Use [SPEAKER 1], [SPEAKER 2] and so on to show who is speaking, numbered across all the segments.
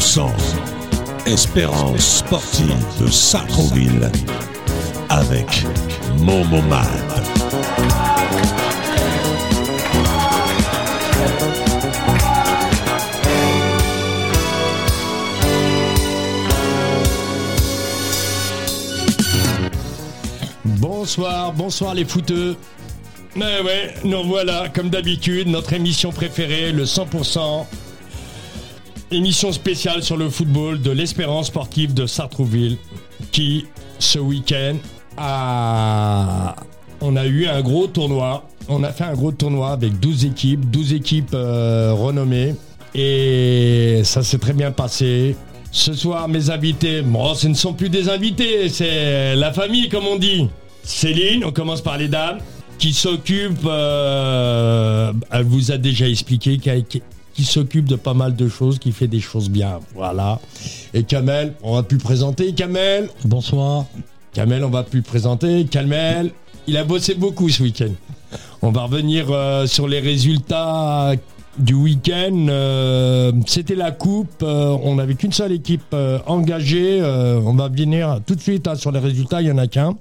[SPEAKER 1] sens. Espérance sportive de Sacroville avec Momomad.
[SPEAKER 2] Bonsoir, bonsoir les fouteux. Mais ouais, nous voilà, comme d'habitude, notre émission préférée, le 100%. Émission spéciale sur le football de l'Espérance sportive de Sartrouville, qui, ce week-end, a... on a eu un gros tournoi. On a fait un gros tournoi avec 12 équipes, 12 équipes euh, renommées. Et ça s'est très bien passé. Ce soir, mes invités, bon, ce ne sont plus des invités, c'est la famille, comme on dit. Céline, on commence par les dames, qui s'occupe, euh, elle vous a déjà expliqué qu'elle- qui qui s'occupe de pas mal de choses, qui fait des choses bien, voilà. Et Kamel, on va plus présenter Kamel.
[SPEAKER 3] Bonsoir.
[SPEAKER 2] Kamel, on va plus présenter Kamel. Il a bossé beaucoup ce week-end. On va revenir euh, sur les résultats du week-end. Euh, C'était la coupe. Euh, on n'avait qu'une seule équipe euh, engagée. Euh, on va venir tout de suite hein, sur les résultats. Il n'y en a qu'un.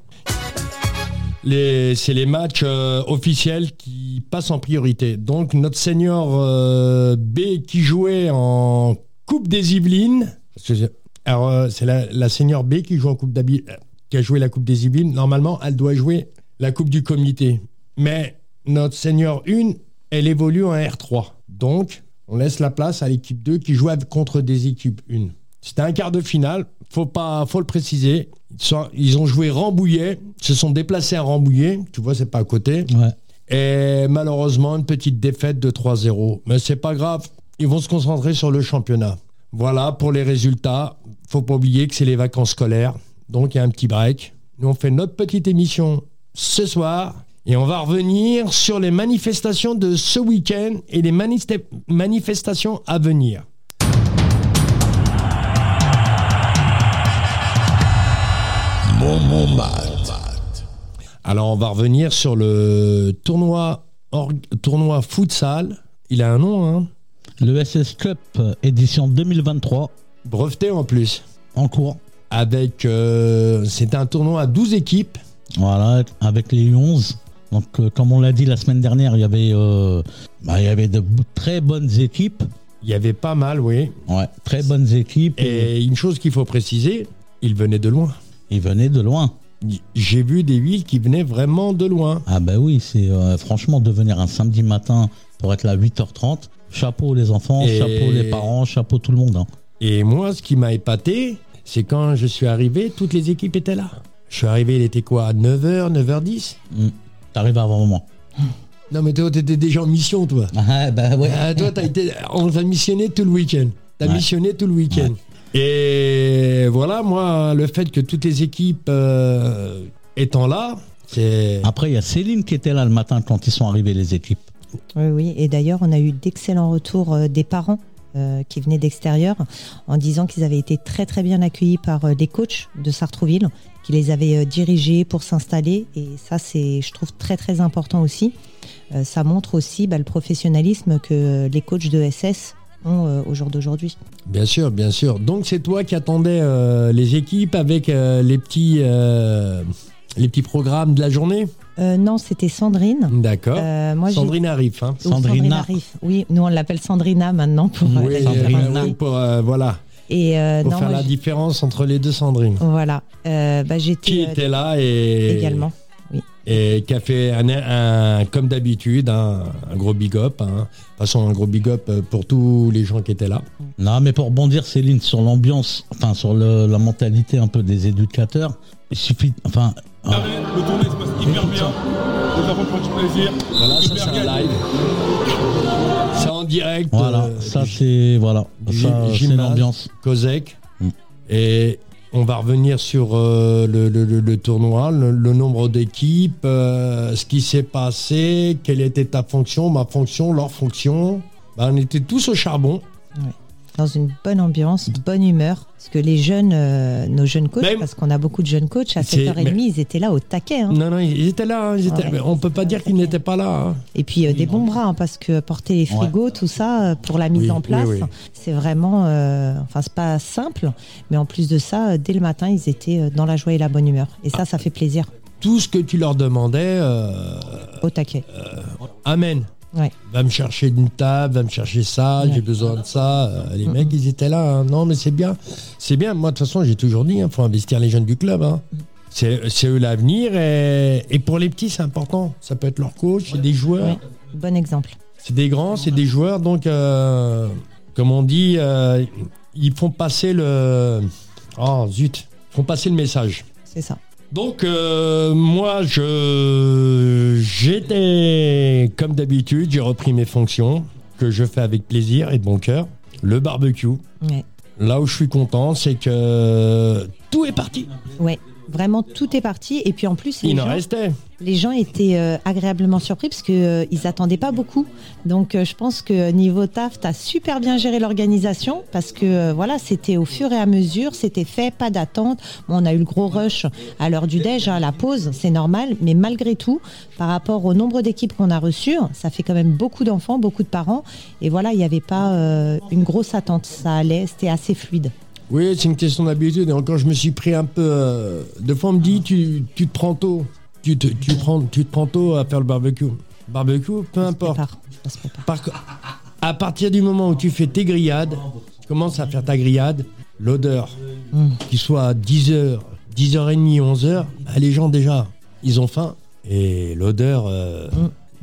[SPEAKER 2] Les- C'est les matchs euh, officiels qui passent en priorité. Donc notre senior euh, B qui jouait en Coupe des Yvelines. Parce que c'est- alors euh, c'est la, la senior B qui joue en Coupe d'Abi- euh, qui a joué la Coupe des Yvelines. Normalement, elle doit jouer la Coupe du Comité. Mais notre senior 1, elle évolue en R3. Donc, on laisse la place à l'équipe 2 qui joue contre des équipes 1. C'était un quart de finale, faut pas, faut le préciser. Ils, sont- ils ont joué Rambouillet, se sont déplacés à Rambouillet, tu vois, c'est pas à côté.
[SPEAKER 3] Ouais.
[SPEAKER 2] Et malheureusement, une petite défaite de 3-0. Mais c'est pas grave, ils vont se concentrer sur le championnat. Voilà pour les résultats. Faut pas oublier que c'est les vacances scolaires, donc il y a un petit break. Nous, on fait notre petite émission ce soir et on va revenir sur les manifestations de ce week-end et les maniste- manifestations à venir. Euh,
[SPEAKER 1] Momomad.
[SPEAKER 2] Alors, on va revenir sur le tournoi, org- tournoi futsal. Il a un nom, hein
[SPEAKER 3] Le SS Cup euh, édition 2023
[SPEAKER 2] Breveté en plus.
[SPEAKER 3] en cours.
[SPEAKER 2] Avec, euh, c'est un tournoi à 12 équipes.
[SPEAKER 3] Voilà, avec les 11. Donc, euh, comme on l'a dit la semaine dernière, il y avait, euh, bah, il y avait de b- très bonnes équipes.
[SPEAKER 2] Il y avait pas mal, oui.
[SPEAKER 3] Ouais, très bonnes équipes.
[SPEAKER 2] Et une chose qu'il faut préciser, ils venaient de loin.
[SPEAKER 3] ils venaient de loin.
[SPEAKER 2] J'ai vu des villes qui venaient vraiment de loin.
[SPEAKER 3] Ah ben oui, c'est euh, franchement de venir un samedi matin pour être là à 8h30. Chapeau les enfants,
[SPEAKER 2] Et-
[SPEAKER 3] chapeau les parents, chapeau tout le monde. hein.
[SPEAKER 2] Et moi, ce qui m'a épaté, c'est quand je suis arrivé, toutes les équipes étaient là. Je suis arrivé, il était quoi 9h, 9h10
[SPEAKER 3] Mm. T'arrives avant un moment.
[SPEAKER 2] Non, mais toi, t'étais déjà en mission, toi.
[SPEAKER 3] Ah ben ouais.
[SPEAKER 2] Euh, toi, t'as été, on t'a missionné tout le week-end. T'as
[SPEAKER 3] Ouais.
[SPEAKER 2] missionné tout le week-end. Et voilà, moi, le fait que toutes les équipes euh, étant là, c'est.
[SPEAKER 3] Après, il y a Céline qui était là le matin quand ils sont arrivés les équipes.
[SPEAKER 4] Oui, oui. Et d'ailleurs, on a eu d'excellents retours euh, des parents euh, qui venaient d'extérieur en disant qu'ils avaient été très, très bien accueillis par euh, les coachs de Sartrouville qui les avaient euh, dirigés pour s'installer. Et ça, c'est, je trouve, très, très important aussi. Euh, ça montre aussi bah, le professionnalisme que euh, les coachs de SS ont euh, au jour d'aujourd'hui.
[SPEAKER 2] Bien sûr, bien sûr. Donc, c'est toi qui attendais euh, les équipes avec euh, les, petits, euh, les petits programmes de la journée
[SPEAKER 4] Euh, non, c'était Sandrine.
[SPEAKER 2] D'accord.
[SPEAKER 4] Euh, moi, j'ai-
[SPEAKER 2] Ah, Sandrine Arif. hein.
[SPEAKER 4] Oh,
[SPEAKER 3] Sandrina.
[SPEAKER 4] Arif. Oui, nous, on l'appelle Sandrina maintenant pour euh,
[SPEAKER 2] Oui,
[SPEAKER 4] la
[SPEAKER 2] euh,
[SPEAKER 4] différencier.
[SPEAKER 2] oui, pour, euh, voilà,
[SPEAKER 4] Et euh,
[SPEAKER 2] pour
[SPEAKER 4] non,
[SPEAKER 2] faire
[SPEAKER 4] moi,
[SPEAKER 2] la
[SPEAKER 4] j'ai-
[SPEAKER 2] différence entre les deux Sandrines.
[SPEAKER 4] voilà. Euh, bah, j'étais
[SPEAKER 2] Qui
[SPEAKER 4] euh,
[SPEAKER 2] était là et,
[SPEAKER 4] également.
[SPEAKER 2] et qui a fait un, un- comme d'habitude un, un gros big up. hein. De toute façon, un gros big up euh, pour tous les gens qui étaient là.
[SPEAKER 3] Non, mais pour rebondir, Céline, sur l'ambiance, enfin sur le- la mentalité un peu des éducateurs, il suffit, enfin, hein.
[SPEAKER 5] Ah ouais, Le tournée se passe hyper bien. Les enfants prennent du plaisir.
[SPEAKER 2] Voilà, ça
[SPEAKER 5] Hyper
[SPEAKER 2] c'est
[SPEAKER 5] gay.
[SPEAKER 2] un live. C'est en direct.
[SPEAKER 3] voilà,
[SPEAKER 2] euh,
[SPEAKER 3] ça
[SPEAKER 2] du-
[SPEAKER 3] c'est voilà,
[SPEAKER 2] du-
[SPEAKER 3] ça, c'est
[SPEAKER 2] gymnase.
[SPEAKER 3] l'ambiance.
[SPEAKER 2] Kozek.
[SPEAKER 3] Mm.
[SPEAKER 2] Et on va revenir sur euh, le, le- le- le tournoi, le, le nombre d'équipes, euh, ce qui s'est passé, quelle était ta fonction, ma fonction, leur fonction. Ben, on était tous au charbon.
[SPEAKER 4] Ouais. dans une bonne ambiance, bonne humeur. Parce que les jeunes, euh, nos jeunes coachs,
[SPEAKER 2] Mais-
[SPEAKER 4] parce qu'on a beaucoup de jeunes coachs, à
[SPEAKER 2] C'est-
[SPEAKER 4] 7h30,
[SPEAKER 2] mais- Mm.
[SPEAKER 4] ils étaient là au taquet. hein.
[SPEAKER 2] Non, non, ils étaient là. hein, ils étaient-
[SPEAKER 4] Ouais.
[SPEAKER 2] mais on peut pas dire qu'ils n'étaient pas là. hein.
[SPEAKER 4] Et puis euh,
[SPEAKER 3] Oui,
[SPEAKER 4] des
[SPEAKER 3] non.
[SPEAKER 4] bons bras, hein, parce que porter les frigos, tout ça, euh, pour la mise
[SPEAKER 2] Oui,
[SPEAKER 4] en place,
[SPEAKER 2] oui, oui.
[SPEAKER 4] c'est vraiment. euh, enfin, c'est pas simple, mais en plus de ça, euh, dès le matin, ils étaient euh, dans la joie et la bonne humeur. Et ça, ça fait plaisir.
[SPEAKER 2] Tout ce que tu leur demandais, euh,
[SPEAKER 4] Au taquet.
[SPEAKER 2] amen.
[SPEAKER 4] Ouais.
[SPEAKER 2] Va me chercher une table, va me chercher ça,
[SPEAKER 4] Ouais.
[SPEAKER 2] j'ai besoin de ça. Euh, les mecs, ils étaient là. hein. Non, mais c'est bien. C'est bien. Moi, de toute façon, j'ai toujours dit, il faut investir les jeunes du club. hein.
[SPEAKER 4] Mm.
[SPEAKER 2] C'est c'est eux l'avenir. Et, et pour les petits, c'est important. Ça peut être leur coach, c'est des joueurs.
[SPEAKER 4] Ouais. Bon exemple.
[SPEAKER 2] C'est des grands, c'est des joueurs, donc euh, comme on dit, euh, ils font passer le. Oh zut, ils font passer le message.
[SPEAKER 4] C'est ça.
[SPEAKER 2] Donc euh, moi, je j'étais comme d'habitude, j'ai repris mes fonctions que je fais avec plaisir et de bon cœur. Le barbecue.
[SPEAKER 4] Ouais.
[SPEAKER 2] Là où je suis content, c'est que tout est parti.
[SPEAKER 4] Ouais. Vraiment, tout est parti. Et puis en plus, les
[SPEAKER 2] Il en
[SPEAKER 4] gens,
[SPEAKER 2] restait.
[SPEAKER 4] les gens étaient euh, agréablement surpris parce que euh, ils attendaient pas beaucoup. Donc euh, je pense que niveau taf, t'as super bien géré l'organisation parce que euh, voilà, c'était au fur et à mesure, c'était fait, pas d'attente. Bon, on a eu le gros rush à l'heure du déj, hein, à la pause, c'est normal, mais malgré tout, par rapport au nombre d'équipes qu'on a reçues, ça fait quand même beaucoup d'enfants, beaucoup de parents, et voilà, il n'y avait pas euh, une grosse attente, ça allait, c'était assez fluide.
[SPEAKER 2] Oui, c'est une question d'habitude. Et encore, je me suis pris un peu. euh, Deux fois, on me dit tu, tu te prends tôt. Tu te, tu, prends, tu te prends tôt à faire le barbecue. Barbecue, peu
[SPEAKER 4] On se
[SPEAKER 2] importe.
[SPEAKER 4] prépare, on se prépare.
[SPEAKER 2] Par co- à partir du moment où tu fais tes grillades, tu commences à faire ta grillade, l'odeur,
[SPEAKER 4] Mm.
[SPEAKER 2] qu'il soit à 10h, 10h30, 11h, bah, les gens déjà, ils ont faim. Et l'odeur. euh,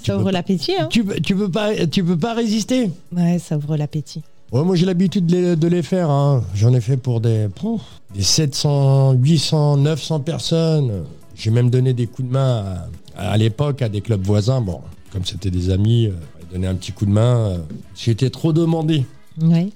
[SPEAKER 2] tu,
[SPEAKER 4] Ça
[SPEAKER 2] peux
[SPEAKER 4] ouvre
[SPEAKER 2] pas-
[SPEAKER 4] l'appétit, hein
[SPEAKER 2] tu, peux- tu peux pas, tu peux pas résister.
[SPEAKER 4] Ouais, ça ouvre l'appétit.
[SPEAKER 2] Ouais, moi j'ai l'habitude de, les- de les faire. hein. J'en ai fait pour des, pouf, des 700, 800, 900 personnes. J'ai même donné des coups de main à, à l'époque à des clubs voisins. Bon, comme c'était des amis, euh, donner un petit coup de main. euh, J'étais trop demandé.
[SPEAKER 4] Ouais.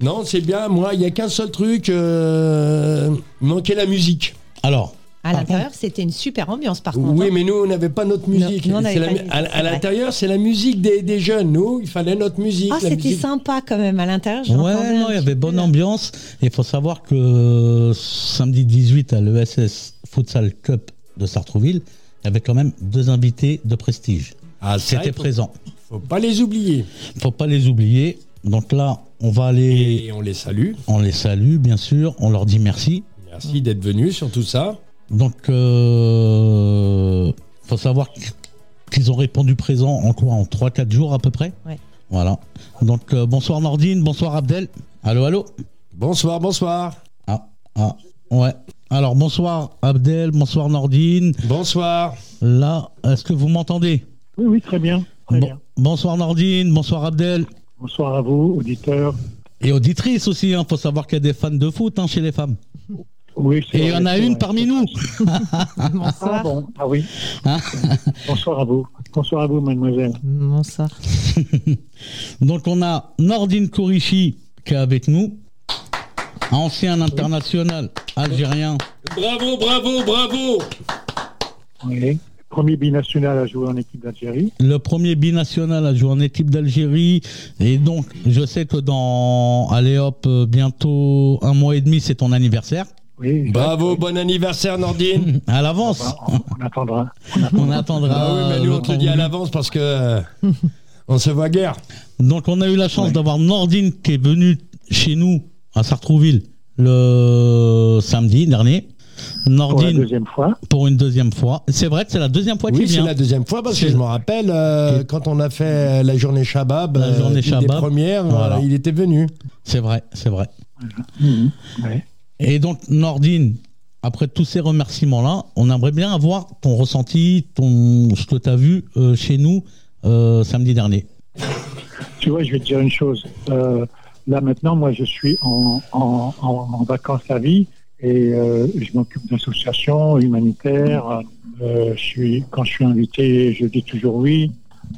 [SPEAKER 2] Non, c'est bien. Moi, il n'y a qu'un seul truc. euh, manquait la musique.
[SPEAKER 3] Alors,
[SPEAKER 4] À
[SPEAKER 3] Par
[SPEAKER 4] l'intérieur, c'était une super ambiance, par contre.
[SPEAKER 2] Oui,
[SPEAKER 4] hein.
[SPEAKER 2] mais nous, on n'avait pas notre musique.
[SPEAKER 4] nous, on
[SPEAKER 2] C'est
[SPEAKER 4] n'avait
[SPEAKER 2] la
[SPEAKER 4] pas
[SPEAKER 2] mu-
[SPEAKER 4] de musique,
[SPEAKER 2] à
[SPEAKER 4] c'est
[SPEAKER 2] à
[SPEAKER 4] vrai.
[SPEAKER 2] l'intérieur, c'est la musique des, des jeunes. Nous, il fallait notre musique.
[SPEAKER 4] Ah,
[SPEAKER 2] la
[SPEAKER 4] c'était
[SPEAKER 2] musique.
[SPEAKER 4] sympa quand même à l'intérieur. j'ai entendu
[SPEAKER 3] ouais,
[SPEAKER 4] un
[SPEAKER 3] non, il y
[SPEAKER 4] petit
[SPEAKER 3] avait
[SPEAKER 4] peu,
[SPEAKER 3] bonne
[SPEAKER 4] là.
[SPEAKER 3] ambiance. Et il faut savoir que euh, samedi 18 à l'ESS Futsal Cup de Sartrouville, il y avait quand même deux invités de prestige.
[SPEAKER 2] Ah, ça, il
[SPEAKER 3] C'était
[SPEAKER 2] faut-
[SPEAKER 3] présent.
[SPEAKER 2] faut pas les oublier.
[SPEAKER 3] Faut pas les oublier. Donc là, on va aller,
[SPEAKER 2] Et on les salue.
[SPEAKER 3] on les salue bien sûr, on leur dit merci.
[SPEAKER 2] Merci d'être venu sur tout ça.
[SPEAKER 3] Donc, euh, faut savoir qu- qu'ils ont répondu présent en quoi En 3-4 jours à peu près
[SPEAKER 4] Ouais.
[SPEAKER 3] Voilà. Donc, euh, bonsoir Nordine, bonsoir Abdel. Allô, allô
[SPEAKER 2] Bonsoir, bonsoir.
[SPEAKER 3] Ah, ah, ouais. Alors, bonsoir Abdel, bonsoir Nordine.
[SPEAKER 2] Bonsoir.
[SPEAKER 3] Là, est-ce que vous m'entendez
[SPEAKER 6] Oui, oui, très bien. Très
[SPEAKER 3] Bon-
[SPEAKER 6] bien.
[SPEAKER 3] Bonsoir Nordine, bonsoir Abdel.
[SPEAKER 6] Bonsoir à vous, auditeurs.
[SPEAKER 3] Et auditrice aussi, hein. faut savoir qu'il y a des fans de foot hein, chez les femmes.
[SPEAKER 6] Oui, c'est
[SPEAKER 3] Et il y
[SPEAKER 6] vrai,
[SPEAKER 3] en a
[SPEAKER 6] c'est
[SPEAKER 3] une
[SPEAKER 6] vrai.
[SPEAKER 3] parmi nous.
[SPEAKER 6] Ah
[SPEAKER 4] Bonsoir.
[SPEAKER 6] bon, ah oui.
[SPEAKER 3] Ah.
[SPEAKER 6] Bonsoir à vous. Bonsoir à vous, mademoiselle.
[SPEAKER 4] Bonsoir.
[SPEAKER 3] Donc on a Nordine Kourichi qui est avec nous, ancien international algérien.
[SPEAKER 2] Bravo, bravo, bravo.
[SPEAKER 6] Oui. Premier binational à jouer en équipe d'Algérie.
[SPEAKER 3] Le premier binational à jouer en équipe d'Algérie. Et donc, je sais que dans, allez hop, euh, bientôt un mois et demi, c'est ton anniversaire.
[SPEAKER 6] Oui, exact.
[SPEAKER 3] Bah.
[SPEAKER 2] Bravo, bon anniversaire Nordine.
[SPEAKER 3] À l'avance,
[SPEAKER 6] On, on attendra.
[SPEAKER 3] on attendra.
[SPEAKER 2] Ah oui, mais nous on te dit à l'avance parce que euh, on se voit guère.
[SPEAKER 3] Donc, on a eu la chance d'avoir Nordine qui est venue chez nous à Sartrouville le samedi dernier.
[SPEAKER 6] Pour la
[SPEAKER 3] Nordine
[SPEAKER 6] deuxième fois.
[SPEAKER 3] pour une deuxième fois. C'est vrai que c'est la deuxième fois qu'il
[SPEAKER 2] Oui, c'est
[SPEAKER 3] vient.
[SPEAKER 2] la deuxième fois parce que
[SPEAKER 3] hein. C'est-
[SPEAKER 2] je me rappelle euh, quand on a fait la journée Shabab, euh,
[SPEAKER 3] La journée
[SPEAKER 2] une des
[SPEAKER 3] Shabab.
[SPEAKER 2] premières, euh,
[SPEAKER 3] Voilà.
[SPEAKER 2] il était venu.
[SPEAKER 3] C'est vrai, c'est vrai.
[SPEAKER 6] Mhm. Oui.
[SPEAKER 3] Et donc, Nordine, après tous ces remerciements-là, on aimerait bien avoir ton ressenti, ton, ce que tu as vu euh, chez nous euh, samedi dernier.
[SPEAKER 6] Tu vois, je vais te dire une chose. Euh, là, maintenant, moi, je suis en, en, en, en vacances à vie et euh, je m'occupe d'associations humanitaires. Euh, je suis, quand je suis invité, je dis toujours oui.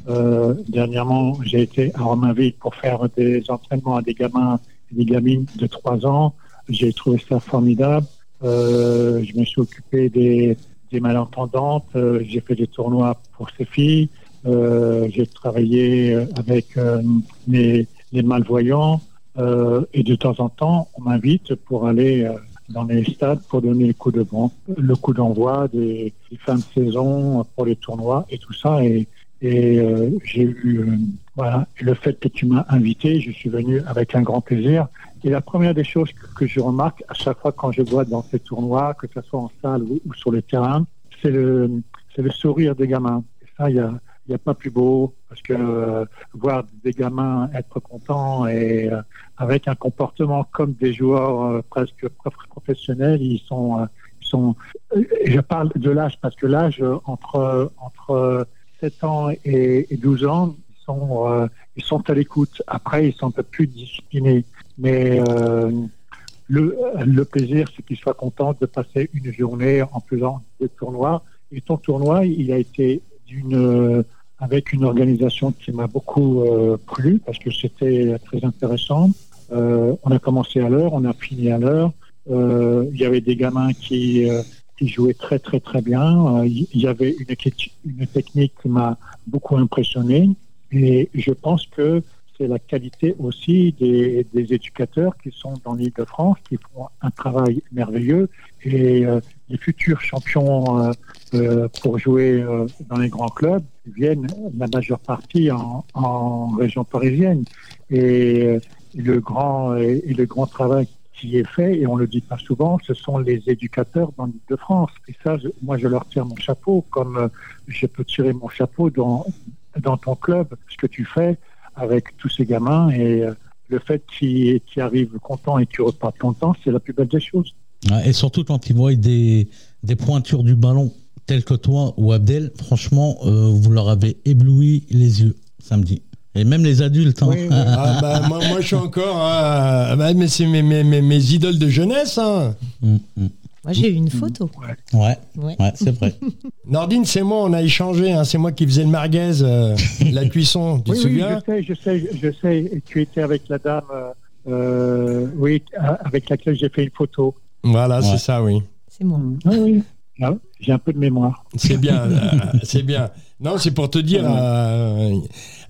[SPEAKER 6] Euh, dernièrement, j'ai été à Romainville pour faire des entraînements à des gamins et des gamines de 3 ans. J'ai trouvé ça formidable. Euh, je me suis occupé des, des malentendantes. Euh, j'ai fait des tournois pour ces filles. Euh, j'ai travaillé euh, avec euh, les, les malvoyants. Euh, et de temps en temps, on m'invite pour aller euh, dans les stades pour donner le coup de bon, le coup d'envoi des, des fins de saison pour les tournois et tout ça. Et, et euh, j'ai eu euh, voilà Et le fait que tu m'as invité, je suis venu avec un grand plaisir. Et la première des choses que, que je remarque à chaque fois quand je vois dans ces tournois, que ce soit en salle ou, ou sur le terrain, c'est le c'est le sourire des gamins. Et ça, il y a il n'y a pas plus beau parce que euh, voir des gamins être contents et euh, avec un comportement comme des joueurs euh, presque prof- professionnels, ils sont, euh, ils sont. euh, Je parle de l'âge parce que l'âge euh, entre entre euh, 7 ans et, et 12 ans, ils sont euh, ils sont à l'écoute. Après, ils sont un peu plus disciplinés, mais euh, le, le plaisir, c'est qu'ils soient contents de passer une journée en faisant des tournois. Et ton tournoi, il a été d'une euh, avec une organisation qui m'a beaucoup euh, plu parce que c'était très intéressant. Euh, on a commencé à l'heure, on a fini à l'heure. Euh, Il y avait des gamins qui, euh, qui jouaient très très très bien. Euh, Il y avait une, équipe- une technique qui m'a beaucoup impressionné. Et je pense que c'est la qualité aussi des, des éducateurs qui sont dans l'île de France, qui font un travail merveilleux. Et euh, les futurs champions euh, euh, pour jouer euh, dans les grands clubs viennent la majeure partie en, en région parisienne. Et euh, le grand euh, et, et le grand travail qui est fait, et on le dit pas souvent, ce sont les éducateurs dans l'île de France. Et ça, je- moi, je leur tire mon chapeau, comme euh, je peux tirer mon chapeau dans dans ton club, ce que tu fais avec tous ces gamins et euh, le fait qu'ils qu'ils arrivent contents et qu'ils repartent contents, c'est la plus belle des choses.
[SPEAKER 3] Ouais, Et surtout quand ils voient des, des pointures du ballon telles que toi ou Abdel, franchement, euh, vous leur avez ébloui les yeux samedi. Et même les adultes. hein.
[SPEAKER 6] Oui, oui.
[SPEAKER 2] Ah, bah, moi, moi, je suis encore. hein, ah, bah, mais c'est mes, mes, mes, mes idoles de jeunesse. Hein.
[SPEAKER 3] Mm, mm.
[SPEAKER 4] Moi, j'ai eu une photo.
[SPEAKER 3] Ouais,
[SPEAKER 4] Ouais.
[SPEAKER 3] ouais c'est vrai.
[SPEAKER 2] Nordine, c'est moi, on a échangé. hein, c'est moi qui faisais le merguez, euh, la cuisson. Tu
[SPEAKER 6] oui,
[SPEAKER 2] te
[SPEAKER 6] oui,
[SPEAKER 2] souviens
[SPEAKER 6] je sais, je sais, je sais. Et Tu étais avec la dame, euh, euh, oui, euh, avec laquelle j'ai fait une photo.
[SPEAKER 2] Voilà,
[SPEAKER 3] Ouais.
[SPEAKER 2] c'est ça, oui.
[SPEAKER 4] C'est moi.
[SPEAKER 6] Oui, oui. Ah, J'ai un peu de mémoire.
[SPEAKER 2] C'est bien, euh, c'est bien. Non, c'est pour te dire, euh,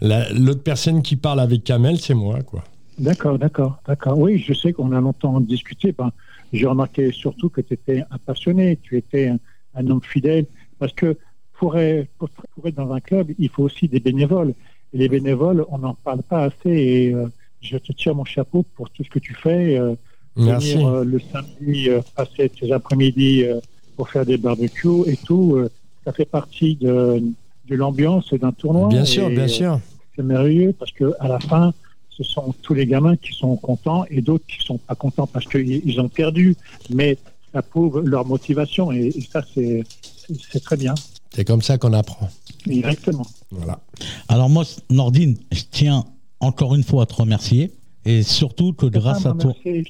[SPEAKER 2] la- l'autre personne qui parle avec Kamel, c'est moi, quoi.
[SPEAKER 6] D'accord, d'accord, d'accord. Oui, je sais qu'on a longtemps discuté. Ben, j'ai remarqué surtout que tu étais un passionné, tu étais un, un homme fidèle, parce que pour être, pour- pour être dans un club, il faut aussi des bénévoles. Et les bénévoles, on n'en parle pas assez. Et euh, je te tire mon chapeau pour tout ce que tu fais. euh,
[SPEAKER 2] Merci.
[SPEAKER 6] venir euh, le samedi, euh, passer tes après-midi euh, pour faire des barbecues et tout, euh, ça fait partie de, de l'ambiance d'un tournoi.
[SPEAKER 2] Bien sûr,
[SPEAKER 6] Et,
[SPEAKER 2] bien
[SPEAKER 6] euh,
[SPEAKER 2] sûr.
[SPEAKER 6] C'est merveilleux parce que à la fin, ce sont tous les gamins qui sont contents et d'autres qui sont pas contents parce qu'ils ils ont perdu, mais ça prouve leur motivation et, et ça c'est c'est- c'est très bien.
[SPEAKER 2] C'est comme ça qu'on apprend.
[SPEAKER 6] Exactement.
[SPEAKER 2] Voilà.
[SPEAKER 3] Alors moi, Nordine, je tiens encore une fois à te remercier. Et surtout que grâce à toi... Ouais,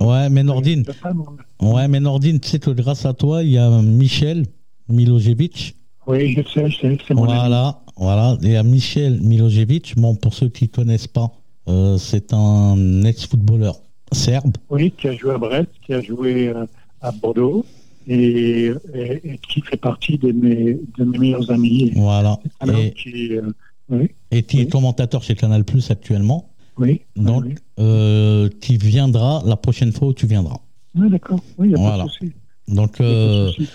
[SPEAKER 3] ouais, mais Nordine, ouais, mais Nordine, tu sais que grâce à toi, il y a Michel Milojevic.
[SPEAKER 6] Oui, je sais, je sais, c'est mon ami.
[SPEAKER 3] Voilà, voilà. Et à Michel Milojevic, bon, pour ceux qui connaissent pas, euh, c'est un ex-footballeur serbe.
[SPEAKER 6] Oui, qui a joué à Brest, qui a joué euh, à Bordeaux et, et- et qui fait partie de mes, de mes meilleurs amis.
[SPEAKER 3] Voilà.
[SPEAKER 6] Alors,
[SPEAKER 3] Et,
[SPEAKER 6] qui, euh, oui,
[SPEAKER 3] et qui est
[SPEAKER 6] Oui.
[SPEAKER 3] commentateur chez Canal Plus actuellement.
[SPEAKER 6] oui.
[SPEAKER 3] Donc,
[SPEAKER 6] oui.
[SPEAKER 3] euh, qui viendra la prochaine fois où tu viendras.
[SPEAKER 6] Oui, Ah, d'accord. Oui, il n'y a
[SPEAKER 3] Voilà.
[SPEAKER 6] pas de souci.
[SPEAKER 3] Donc,
[SPEAKER 6] Il y a pas de
[SPEAKER 3] euh,
[SPEAKER 6] souci.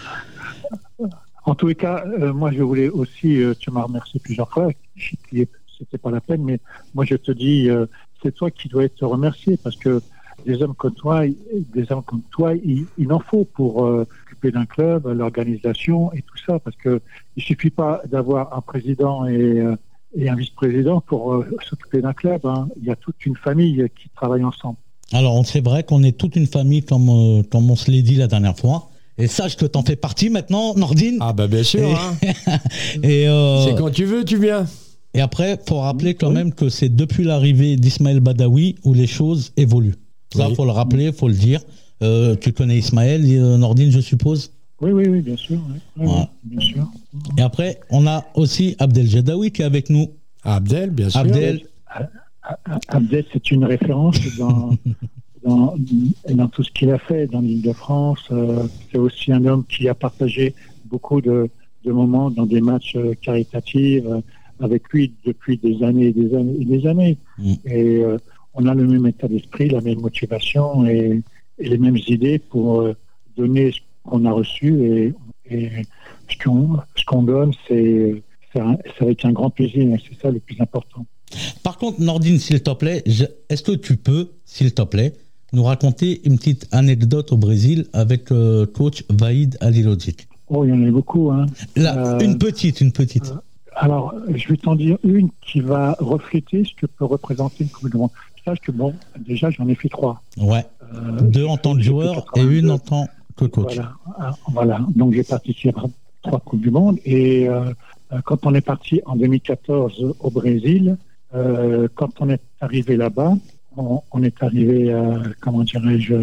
[SPEAKER 6] En tous les cas, euh, moi, je voulais aussi, euh, tu m'as remercié plusieurs fois, je- qui- c'était pas la peine, mais moi, je te dis, euh, c'est toi qui dois être remercié parce que des hommes comme toi, il- des hommes comme toi, il, il en faut pour euh, s'occuper d'un club, l'organisation et tout ça, parce que il suffit pas d'avoir un président et, euh, et un vice-président pour euh, s'occuper d'un club. hein. Il y a toute une famille qui travaille ensemble.
[SPEAKER 3] alors c'est vrai qu'on est toute une famille comme, euh, comme on se l'est dit la dernière fois. Et sache que t'en fais partie maintenant, Nordine.
[SPEAKER 2] Ah bah bien sûr.
[SPEAKER 3] Et-
[SPEAKER 2] hein. Oh.
[SPEAKER 3] Et, euh,
[SPEAKER 2] C'est quand tu veux, tu viens.
[SPEAKER 3] et après, faut rappeler quand même que c'est depuis l'arrivée d'Ismaël Badawi où les choses évoluent. Ça,
[SPEAKER 2] Oui.
[SPEAKER 3] faut le rappeler, faut le dire. Euh, tu connais Ismaël, euh, Nordine, je suppose.
[SPEAKER 6] Oui, oui, oui, bien sûr. oui. Oui, oui,
[SPEAKER 3] Ouais.
[SPEAKER 6] bien sûr.
[SPEAKER 3] Et après, on a aussi Abdel Jadawi qui est avec nous.
[SPEAKER 2] Abdel, bien sûr.
[SPEAKER 3] Abdel,
[SPEAKER 6] Abdel, c'est une référence dans, dans, dans tout ce qu'il a fait dans l'île de France. Euh, c'est aussi un homme qui a partagé beaucoup de, de moments dans des matchs euh, caritatifs euh, avec lui depuis des années et des années et des années.
[SPEAKER 3] Mm.
[SPEAKER 6] Et euh, on a le même état d'esprit, la même motivation et, et les mêmes idées pour euh, donner ce qu'on a reçu. Et, et ce qu'on ce qu'on donne, c'est euh, c'est un- c'est avec un grand plaisir. et C'est ça le plus important.
[SPEAKER 3] Par contre, Nordine, s'il te plaît, je- est-ce que tu peux, s'il te plaît, nous raconter une petite anecdote au Brésil avec euh, coach Vaïd Alilogic
[SPEAKER 6] Oh, il y en a beaucoup. Hein.
[SPEAKER 3] Là,
[SPEAKER 6] Euh,
[SPEAKER 3] une petite, une petite.
[SPEAKER 6] Alors, je vais t'en dire une qui va refléter ce que peut représenter une Coupe du Monde. Sache que, bon, déjà, j'en ai fait trois.
[SPEAKER 3] ouais.
[SPEAKER 6] Euh,
[SPEAKER 3] Deux en tant que
[SPEAKER 6] j'ai fait
[SPEAKER 3] joueur et
[SPEAKER 6] 82.
[SPEAKER 3] une en tant que coach.
[SPEAKER 6] Voilà. Ah, voilà. Donc, j'ai participé à trois Coupes du Monde. Et euh, euh, quand on est parti en 2014 au Brésil, euh, quand on est arrivé là-bas, on, on est arrivé, euh, comment dirais-je,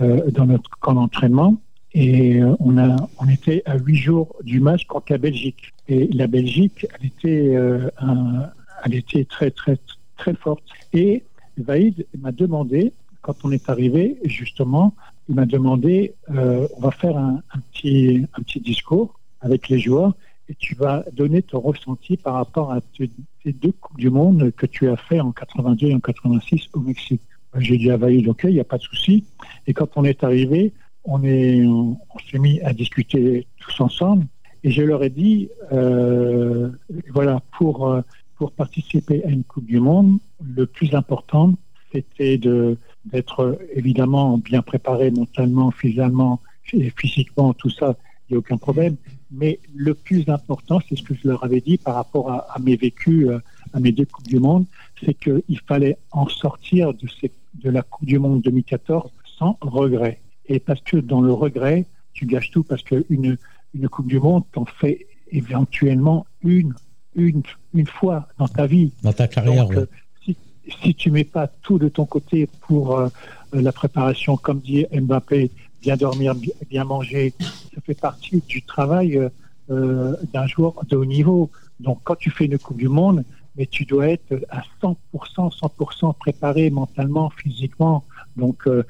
[SPEAKER 6] euh, dans notre camp d'entraînement. Et euh, on, a, on était à huit jours du match contre la Belgique. Et la Belgique, elle était, euh, un- elle était très, très, très forte. Et Vaïd m'a demandé, quand on est arrivé, justement, il m'a demandé euh, on va faire un, un petit, un petit discours avec les joueurs et tu vas donner ton ressenti par rapport à te- tes deux Coupes du Monde que tu as fait en 82 et en 86 au Mexique. J'ai dit à Vaïd ok, il n'y a pas de souci. Et quand on est arrivé, on est- on- on s'est mis à discuter tous ensemble et je leur ai dit euh, voilà, pour, euh, pour participer à une Coupe du Monde, le plus important, c'était de d'être euh, évidemment bien préparé mentalement, physiquement, et physiquement, tout ça, il n'y a aucun problème. Mais le plus important, c'est ce que je leur avais dit par rapport à, à mes vécus, euh, à mes deux Coupes du Monde, c'est qu'il fallait en sortir de, ces- de la Coupe du Monde 2014 sans regret. Et parce que dans le regret, tu gâches tout, parce qu'une une Coupe du Monde, t'en fais éventuellement une, une, une fois dans ta vie.
[SPEAKER 3] Dans ta carrière,
[SPEAKER 6] Donc,
[SPEAKER 3] ouais.
[SPEAKER 6] euh, si, si tu mets pas tout de ton côté pour euh, la préparation, comme dit Mbappé, bien dormir, bi- bien manger, ça fait partie du travail euh, euh, d'un joueur de haut niveau. Donc quand tu fais une Coupe du Monde, mais tu dois être à 100%, 100% préparé mentalement, physiquement. Donc euh,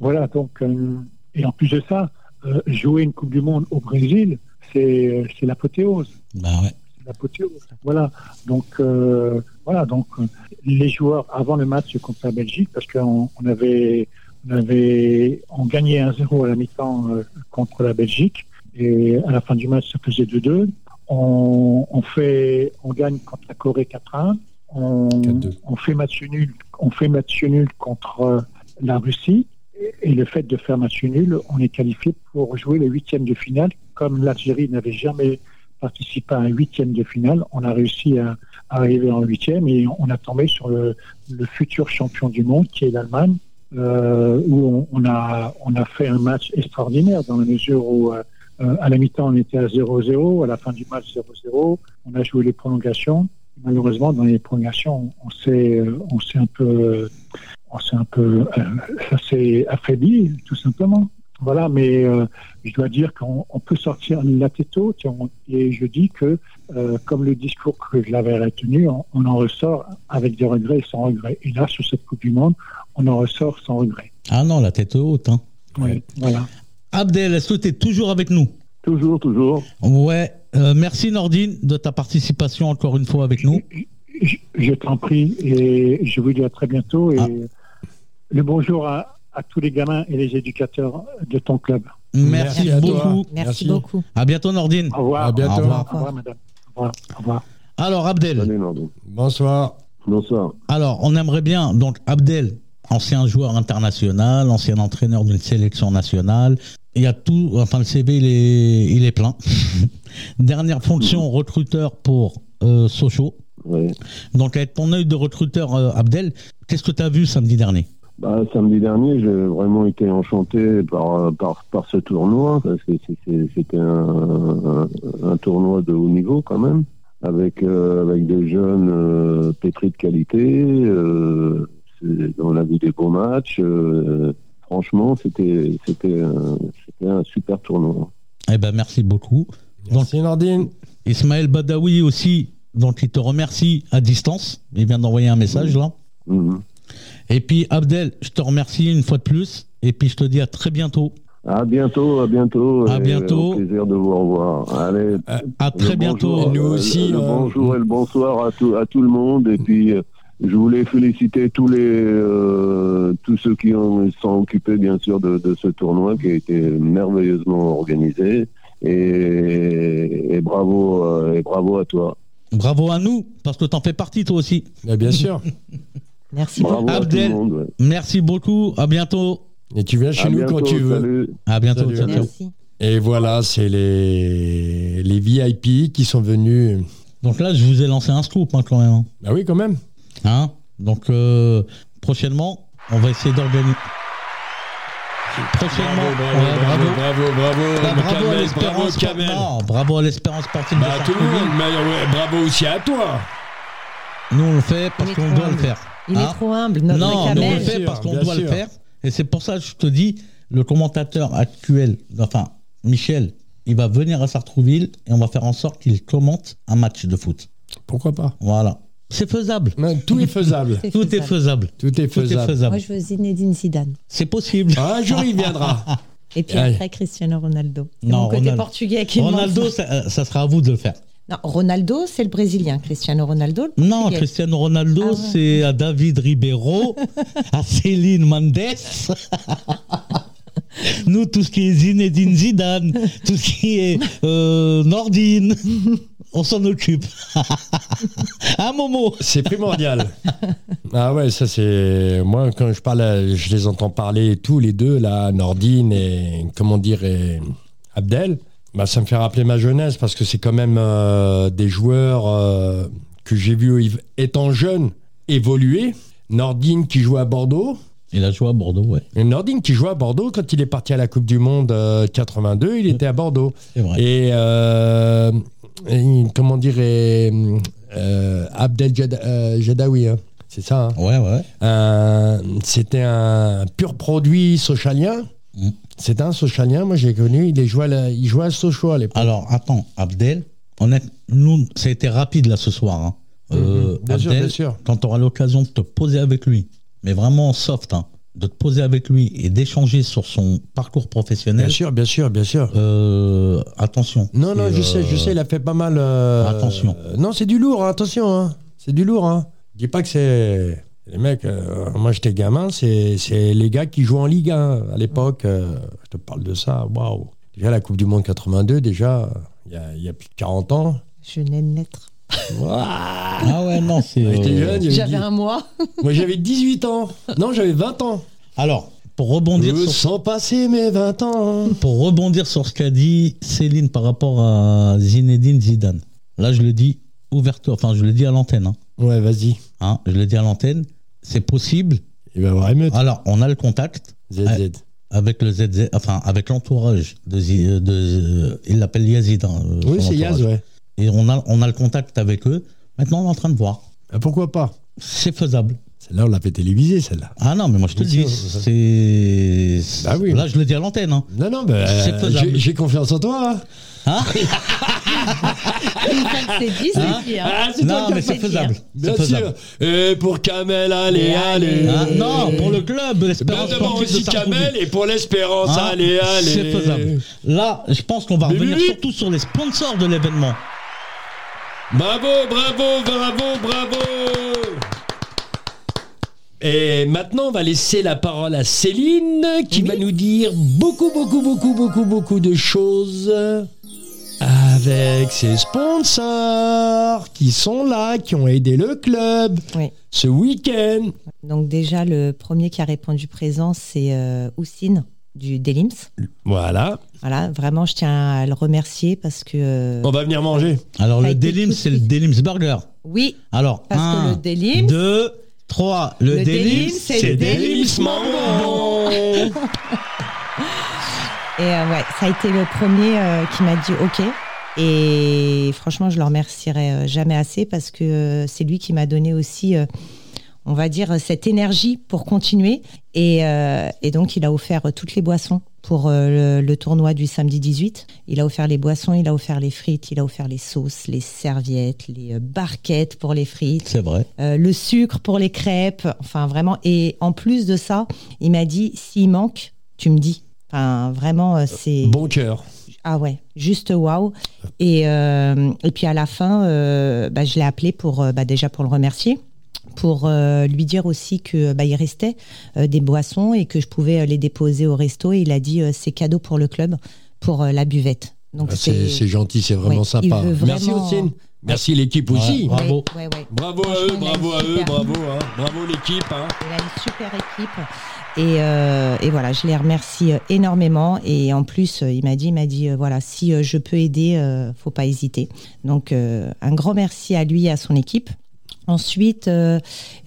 [SPEAKER 6] voilà, donc euh, et en plus de ça, euh, jouer une Coupe du Monde au Brésil, c'est euh, c'est l'apothéose
[SPEAKER 3] Bah ouais.
[SPEAKER 6] la poteau. Voilà. Donc, euh, voilà. Donc, euh, les joueurs avant le match contre la Belgique, parce qu'on on avait, on avait, on gagnait 1-0 à la mi-temps euh, contre la Belgique, et à la fin du match, ça faisait 2-2. On, on fait, on gagne contre la Corée 4-1. On,
[SPEAKER 2] 4-2.
[SPEAKER 6] on fait match nul, on fait match nul contre euh, la Russie. Et- Et le fait de faire match nul, on est qualifié pour jouer les huitièmes de finale. Comme l'Algérie n'avait jamais participé à un huitième de finale, on a réussi à, à arriver en huitième et on a tombé sur le, le futur champion du monde qui est l'Allemagne, euh, où on, on a, on a fait un match extraordinaire dans la mesure où euh, euh, à la mi-temps on était à 0-0, à la fin du match 0-0, on a joué les prolongations. Malheureusement, dans les prolongations, on s'est, euh, on s'est un peu, euh, on s'est un peu, euh, ça s'est affaibli, tout simplement. Voilà, mais euh, je dois dire qu'on on peut sortir la tête haute et, on- et je dis que, euh, comme le discours que je l'avais retenu, on, on en ressort avec des regrets et sans regrets. Et là, sur cette Coupe du Monde, on en ressort sans regrets.
[SPEAKER 3] Ah non, la tête haute. Hein.
[SPEAKER 6] Ouais, Voilà.
[SPEAKER 3] Abdel, est-ce que tu es toujours avec nous
[SPEAKER 7] Toujours, toujours.
[SPEAKER 3] Ouais. euh, merci Nordine de ta participation encore une fois avec nous.
[SPEAKER 6] Je, je t'en prie et je vous dis à très bientôt. Et
[SPEAKER 3] Ah.
[SPEAKER 6] le bonjour à, à tous les gamins et les éducateurs de ton club.
[SPEAKER 3] Merci,
[SPEAKER 2] Merci à toi.
[SPEAKER 3] beaucoup.
[SPEAKER 4] Merci,
[SPEAKER 2] Merci.
[SPEAKER 4] beaucoup.
[SPEAKER 3] À bientôt Nordine.
[SPEAKER 6] Au revoir.
[SPEAKER 2] À bientôt.
[SPEAKER 6] Au revoir,
[SPEAKER 4] Au
[SPEAKER 6] Au revoir, madame. Au revoir. Au revoir.
[SPEAKER 3] Alors Abdel,
[SPEAKER 7] Allez, Nordin.
[SPEAKER 2] Bonsoir.
[SPEAKER 7] Bonsoir.
[SPEAKER 3] Alors, on aimerait bien, donc Abdel, ancien joueur international, ancien entraîneur d'une sélection nationale, il y a tout, enfin le CV il est, il est plein. Dernière fonction,
[SPEAKER 2] Mmh.
[SPEAKER 3] recruteur pour euh, Sochaux.
[SPEAKER 7] Ouais.
[SPEAKER 3] Donc avec ton œil de recruteur, euh, Abdel, qu'est-ce que tu as vu samedi dernier
[SPEAKER 7] Bah, samedi dernier, j'ai vraiment été enchanté par, euh, par, par ce tournoi, parce que c'est- c'est- c'était un, un- un tournoi de haut niveau quand même, avec, euh, avec des jeunes euh, pétris de qualité, euh, c'est- on a vu des beaux matchs, euh, franchement c'était c'était un, c'était un super tournoi.
[SPEAKER 3] Eh ben merci beaucoup.
[SPEAKER 2] Merci Nordine.
[SPEAKER 3] Ismaël Badawi aussi, donc il te remercie à distance. Il vient d'envoyer un message là.
[SPEAKER 7] Mhm.
[SPEAKER 3] Et puis Abdel, je te remercie une fois de plus. Et puis je te dis à très bientôt.
[SPEAKER 7] À bientôt, à bientôt.
[SPEAKER 3] À
[SPEAKER 7] et
[SPEAKER 3] bientôt.
[SPEAKER 7] Au plaisir de vous revoir. Allez,
[SPEAKER 3] À
[SPEAKER 7] le
[SPEAKER 3] très bientôt.
[SPEAKER 7] bonjour,
[SPEAKER 2] Et nous
[SPEAKER 7] euh,
[SPEAKER 2] aussi,
[SPEAKER 7] Le,
[SPEAKER 2] euh,
[SPEAKER 7] bonjour et le bonsoir à tout, à tout le monde. Et puis, euh, je voulais féliciter tous les euh, tous ceux qui ont, sont occupés bien sûr de, de, ce tournoi qui a été merveilleusement organisé et, et bravo euh, et bravo à toi.
[SPEAKER 3] Bravo à nous parce que t'en fais partie toi aussi.
[SPEAKER 2] Mais bien sûr.
[SPEAKER 4] Merci
[SPEAKER 7] Bravo
[SPEAKER 4] beaucoup.
[SPEAKER 7] à tout le
[SPEAKER 3] Abdel,
[SPEAKER 7] monde, ouais.
[SPEAKER 3] merci beaucoup. À bientôt.
[SPEAKER 2] Et tu viens chez
[SPEAKER 7] À
[SPEAKER 2] nous
[SPEAKER 7] bientôt,
[SPEAKER 2] quand tu veux.
[SPEAKER 7] salut.
[SPEAKER 3] À bientôt.
[SPEAKER 2] Salut.
[SPEAKER 3] ciao, ciao.
[SPEAKER 4] Merci.
[SPEAKER 2] Et voilà, c'est les les VIP qui sont venus.
[SPEAKER 3] Donc là, je vous ai lancé un scoop hein, quand même. hein.
[SPEAKER 2] Ah oui, quand même.
[SPEAKER 3] Hein Donc euh, prochainement, on va essayer d'organiser. Prochainement,
[SPEAKER 2] Bravo, bravo,
[SPEAKER 3] ouais,
[SPEAKER 2] bravo,
[SPEAKER 3] bravo.
[SPEAKER 2] bravo, bravo,
[SPEAKER 3] Bah, bravo
[SPEAKER 2] Kamel,
[SPEAKER 3] à
[SPEAKER 2] bravo,
[SPEAKER 3] l'espérance
[SPEAKER 2] Kamel.
[SPEAKER 3] Non, bravo à l'espérance sportive
[SPEAKER 2] Bah,
[SPEAKER 3] de
[SPEAKER 2] tout le
[SPEAKER 3] Sartrouville.
[SPEAKER 2] monde, mais ouais, bravo aussi à toi.
[SPEAKER 3] Nous on le fait parce
[SPEAKER 4] Il est
[SPEAKER 3] qu'on
[SPEAKER 4] trop
[SPEAKER 3] doit le
[SPEAKER 4] humble.
[SPEAKER 3] faire.
[SPEAKER 4] Il
[SPEAKER 3] hein.
[SPEAKER 4] est trop humble, notre
[SPEAKER 3] non,
[SPEAKER 2] Kamel.
[SPEAKER 3] nous on le
[SPEAKER 2] Bien
[SPEAKER 3] fait
[SPEAKER 2] sûr,
[SPEAKER 3] parce qu'on
[SPEAKER 2] bien
[SPEAKER 3] doit le
[SPEAKER 2] sûr.
[SPEAKER 3] faire. Et c'est pour ça que je te dis, le commentateur actuel, enfin Michel, il va venir à Sartrouville et on va faire en sorte qu'il commente un match de foot.
[SPEAKER 2] Pourquoi pas
[SPEAKER 3] Voilà. C'est faisable.
[SPEAKER 2] Non, Tout est faisable.
[SPEAKER 4] C'est
[SPEAKER 3] Tout est faisable.
[SPEAKER 4] faisable.
[SPEAKER 2] Tout est
[SPEAKER 3] Tout est
[SPEAKER 2] faisable.
[SPEAKER 4] Moi,
[SPEAKER 3] faisable.
[SPEAKER 4] je veux Zinedine Zidane.
[SPEAKER 3] C'est possible.
[SPEAKER 2] Un jour, il viendra.
[SPEAKER 4] Et puis
[SPEAKER 2] Aïe.
[SPEAKER 4] après, Cristiano Ronaldo. C'est
[SPEAKER 3] Non,
[SPEAKER 4] mon côté
[SPEAKER 3] Ronaldo.
[SPEAKER 4] portugais qui me
[SPEAKER 3] Ronaldo,
[SPEAKER 4] manque.
[SPEAKER 3] ça, euh, ça sera à vous de le faire.
[SPEAKER 4] Non, Ronaldo, c'est le brésilien. Cristiano Ronaldo, le
[SPEAKER 3] Non,
[SPEAKER 4] portugais.
[SPEAKER 3] Cristiano Ronaldo,
[SPEAKER 4] Ah ouais.
[SPEAKER 3] c'est à David Ribeiro, à Céline Mendes. Nous, tout ce qui est Zinedine Zidane, tout ce qui est euh, Nordine, on s'en occupe. Un Momo
[SPEAKER 2] C'est primordial. Ah ouais, ça c'est. Moi, quand je parle, à- je les entends parler tous les deux, là, Nordine et, comment dire, et Abdel, bah, ça me fait rappeler ma jeunesse parce que c'est quand même euh, des joueurs euh, que j'ai vus év- étant jeune évoluer. Nordine qui joue à Bordeaux.
[SPEAKER 3] Il a joué à Bordeaux, ouais.
[SPEAKER 2] Et Nordine qui joue à Bordeaux quand il est parti à la Coupe du Monde euh, 82, il était à Bordeaux.
[SPEAKER 3] C'est vrai.
[SPEAKER 2] Et, euh, et comment dire, et, euh, Abdel Jad- euh, Jadawi, hein, c'est ça. hein.
[SPEAKER 3] Ouais, ouais.
[SPEAKER 2] Euh, C'était un pur produit sochalien.
[SPEAKER 3] Mm.
[SPEAKER 2] C'était un sochalien, moi j'ai connu, il, est joué à la- il jouait à Sochaux à l'époque.
[SPEAKER 3] Alors, attends, Abdel, honnête, nous, ça a été rapide là ce soir. hein.
[SPEAKER 2] Mhm.
[SPEAKER 3] Euh,
[SPEAKER 2] bien sûr,
[SPEAKER 3] Abdel,
[SPEAKER 2] bien sûr.
[SPEAKER 3] quand tu auras l'occasion de te poser avec lui, mais vraiment soft, hein, de te poser avec lui et d'échanger sur son parcours professionnel,
[SPEAKER 2] Bien sûr, bien sûr, bien sûr.
[SPEAKER 3] euh, attention.
[SPEAKER 2] Non, non,
[SPEAKER 3] Et,
[SPEAKER 2] je sais, je
[SPEAKER 3] euh,
[SPEAKER 2] sais, il a fait pas mal. euh,
[SPEAKER 3] Attention.
[SPEAKER 2] euh, non, c'est du lourd, hein, attention. hein. C'est du lourd. Hein. Je dis pas que c'est. Les mecs, euh, moi j'étais gamin, c'est c'est les gars qui jouent en Ligue 1 à l'époque. euh, je te parle de ça, waouh. Déjà la Coupe du Monde 82, déjà, il y a- il y, a plus de 40 ans.
[SPEAKER 4] Je venais de naître.
[SPEAKER 2] Waouh.
[SPEAKER 3] Ah ouais, non, c'est.
[SPEAKER 2] J'étais
[SPEAKER 3] euh,
[SPEAKER 2] jeune, j'avais dix-
[SPEAKER 4] J'avais un mois.
[SPEAKER 2] moi j'avais 18 ans. Non, j'avais 20 ans.
[SPEAKER 3] Alors, pour rebondir,
[SPEAKER 2] Je
[SPEAKER 3] sur,
[SPEAKER 2] sens passer mes 20 ans. hein.
[SPEAKER 3] pour rebondir sur ce qu'a dit Céline par rapport à Zinedine Zidane, là, je le dis ouvertement, enfin, je le dis à l'antenne. hein.
[SPEAKER 2] Ouais, vas-y.
[SPEAKER 3] Hein, je le dis à l'antenne, c'est possible.
[SPEAKER 2] Il va y avoir émeute.
[SPEAKER 3] Alors, on a le contact.
[SPEAKER 2] ZZ.
[SPEAKER 3] avec le ZZ, enfin avec l'entourage de, Zi- euh, de euh, il l'appelle Yazid. hein, euh,
[SPEAKER 2] Oui,
[SPEAKER 3] son
[SPEAKER 2] c'est
[SPEAKER 3] entourage.
[SPEAKER 2] Yaz, ouais.
[SPEAKER 3] Et on a on a le contact avec eux. Maintenant, on est en train de voir.
[SPEAKER 2] Ah, pourquoi pas
[SPEAKER 3] C'est faisable.
[SPEAKER 2] Celle-là, on l'a fait téléviser, celle-là.
[SPEAKER 3] Ah non, mais moi je te le
[SPEAKER 2] Bien
[SPEAKER 3] dis,
[SPEAKER 2] sûr.
[SPEAKER 3] c'est
[SPEAKER 2] Bah oui.
[SPEAKER 3] là je le dis à l'antenne. Hein.
[SPEAKER 2] Non, non, bah,
[SPEAKER 3] C'est faisable.
[SPEAKER 2] j'ai- j'ai confiance en toi. hein.
[SPEAKER 4] C'est dit, c'est dit. hein.
[SPEAKER 2] Ah, c'est
[SPEAKER 3] Non,
[SPEAKER 2] toi qui as
[SPEAKER 3] mais
[SPEAKER 2] fait-
[SPEAKER 3] c'est faisable.
[SPEAKER 2] Bien
[SPEAKER 3] C'est faisable.
[SPEAKER 2] sûr. Et pour Kamel, allez,
[SPEAKER 4] Et
[SPEAKER 2] allez.
[SPEAKER 4] allez.
[SPEAKER 3] Hein, non, pour le club, l'espérance
[SPEAKER 2] Maintenant
[SPEAKER 3] sportive de
[SPEAKER 2] aussi
[SPEAKER 3] Sartrouville.
[SPEAKER 2] Kamel et pour l'espérance,
[SPEAKER 3] Hein,
[SPEAKER 2] allez, allez.
[SPEAKER 3] C'est faisable. Là, je pense qu'on va
[SPEAKER 2] Mais
[SPEAKER 3] revenir
[SPEAKER 2] oui.
[SPEAKER 3] surtout sur les sponsors de l'événement.
[SPEAKER 2] Bravo, bravo, bravo, bravo. Et maintenant, on va laisser la parole à Céline qui va nous dire beaucoup, beaucoup, beaucoup, beaucoup, beaucoup de choses avec ses sponsors qui sont là, qui ont aidé le club
[SPEAKER 4] Oui.
[SPEAKER 2] ce week-end.
[SPEAKER 4] Donc déjà, le premier qui a répondu présent, c'est euh, Houssine du Delims.
[SPEAKER 2] Voilà.
[SPEAKER 4] Voilà, vraiment, je tiens à le remercier parce que... euh,
[SPEAKER 2] On va venir manger.
[SPEAKER 3] Alors
[SPEAKER 4] Ça a
[SPEAKER 3] le
[SPEAKER 4] été
[SPEAKER 3] Delims,
[SPEAKER 4] tout de
[SPEAKER 3] c'est le
[SPEAKER 4] suite.
[SPEAKER 3] Delims Burger.
[SPEAKER 4] Oui,
[SPEAKER 3] Alors
[SPEAKER 4] parce
[SPEAKER 3] un,
[SPEAKER 4] que le Delims...
[SPEAKER 3] 2, 3. Le,
[SPEAKER 4] Le
[SPEAKER 3] délice,
[SPEAKER 4] délice, c'est
[SPEAKER 3] c'est
[SPEAKER 4] le
[SPEAKER 3] délice.
[SPEAKER 4] délice. Et euh, ouais, ça a été le premier euh, qui m'a dit OK. Et franchement, je le remercierai euh, jamais assez parce que euh, c'est lui qui m'a donné aussi, euh, on va dire, euh, cette énergie pour continuer. Et, euh, et donc, il a offert euh, toutes les boissons pour euh, le, le tournoi du samedi 18. Il a offert les boissons, il a offert les frites, il a offert les sauces, les serviettes, les euh, barquettes pour les frites.
[SPEAKER 3] C'est vrai.
[SPEAKER 4] Euh, le sucre pour les crêpes, enfin vraiment. Et en plus de ça, il m'a dit s'il manque, tu me dis. Enfin, vraiment, euh, c'est.
[SPEAKER 2] Bon cœur.
[SPEAKER 4] Ah ouais, juste waouh. Et, euh, et puis à la fin, euh, bah, je l'ai appelé pour, euh, bah, déjà pour le remercier. pour euh, lui dire aussi que bah, il restait euh, des boissons et que je pouvais euh, les déposer au resto. Et il a dit euh, c'est cadeau pour le club, pour euh, la buvette. Donc
[SPEAKER 2] Ah, C'est c'est gentil, c'est vraiment
[SPEAKER 4] Ouais,
[SPEAKER 2] sympa.
[SPEAKER 4] il veut
[SPEAKER 2] Merci
[SPEAKER 4] vraiment-
[SPEAKER 2] Océane. Merci l'équipe aussi.
[SPEAKER 3] Ouais. Bravo.
[SPEAKER 4] Ouais, ouais, ouais.
[SPEAKER 2] Bravo à eux,
[SPEAKER 4] Franchement,
[SPEAKER 2] bravo à
[SPEAKER 4] il a
[SPEAKER 2] eux,
[SPEAKER 4] super.
[SPEAKER 2] bravo, hein. bravo l'équipe. hein.
[SPEAKER 4] Il a une super équipe. Et, euh, et voilà, je les remercie euh, énormément. Et en plus, euh, il m'a dit, il m'a dit, euh, voilà, si euh, je peux aider, euh, faut pas hésiter. Donc, euh, un grand merci à lui et à son équipe. Ensuite, euh,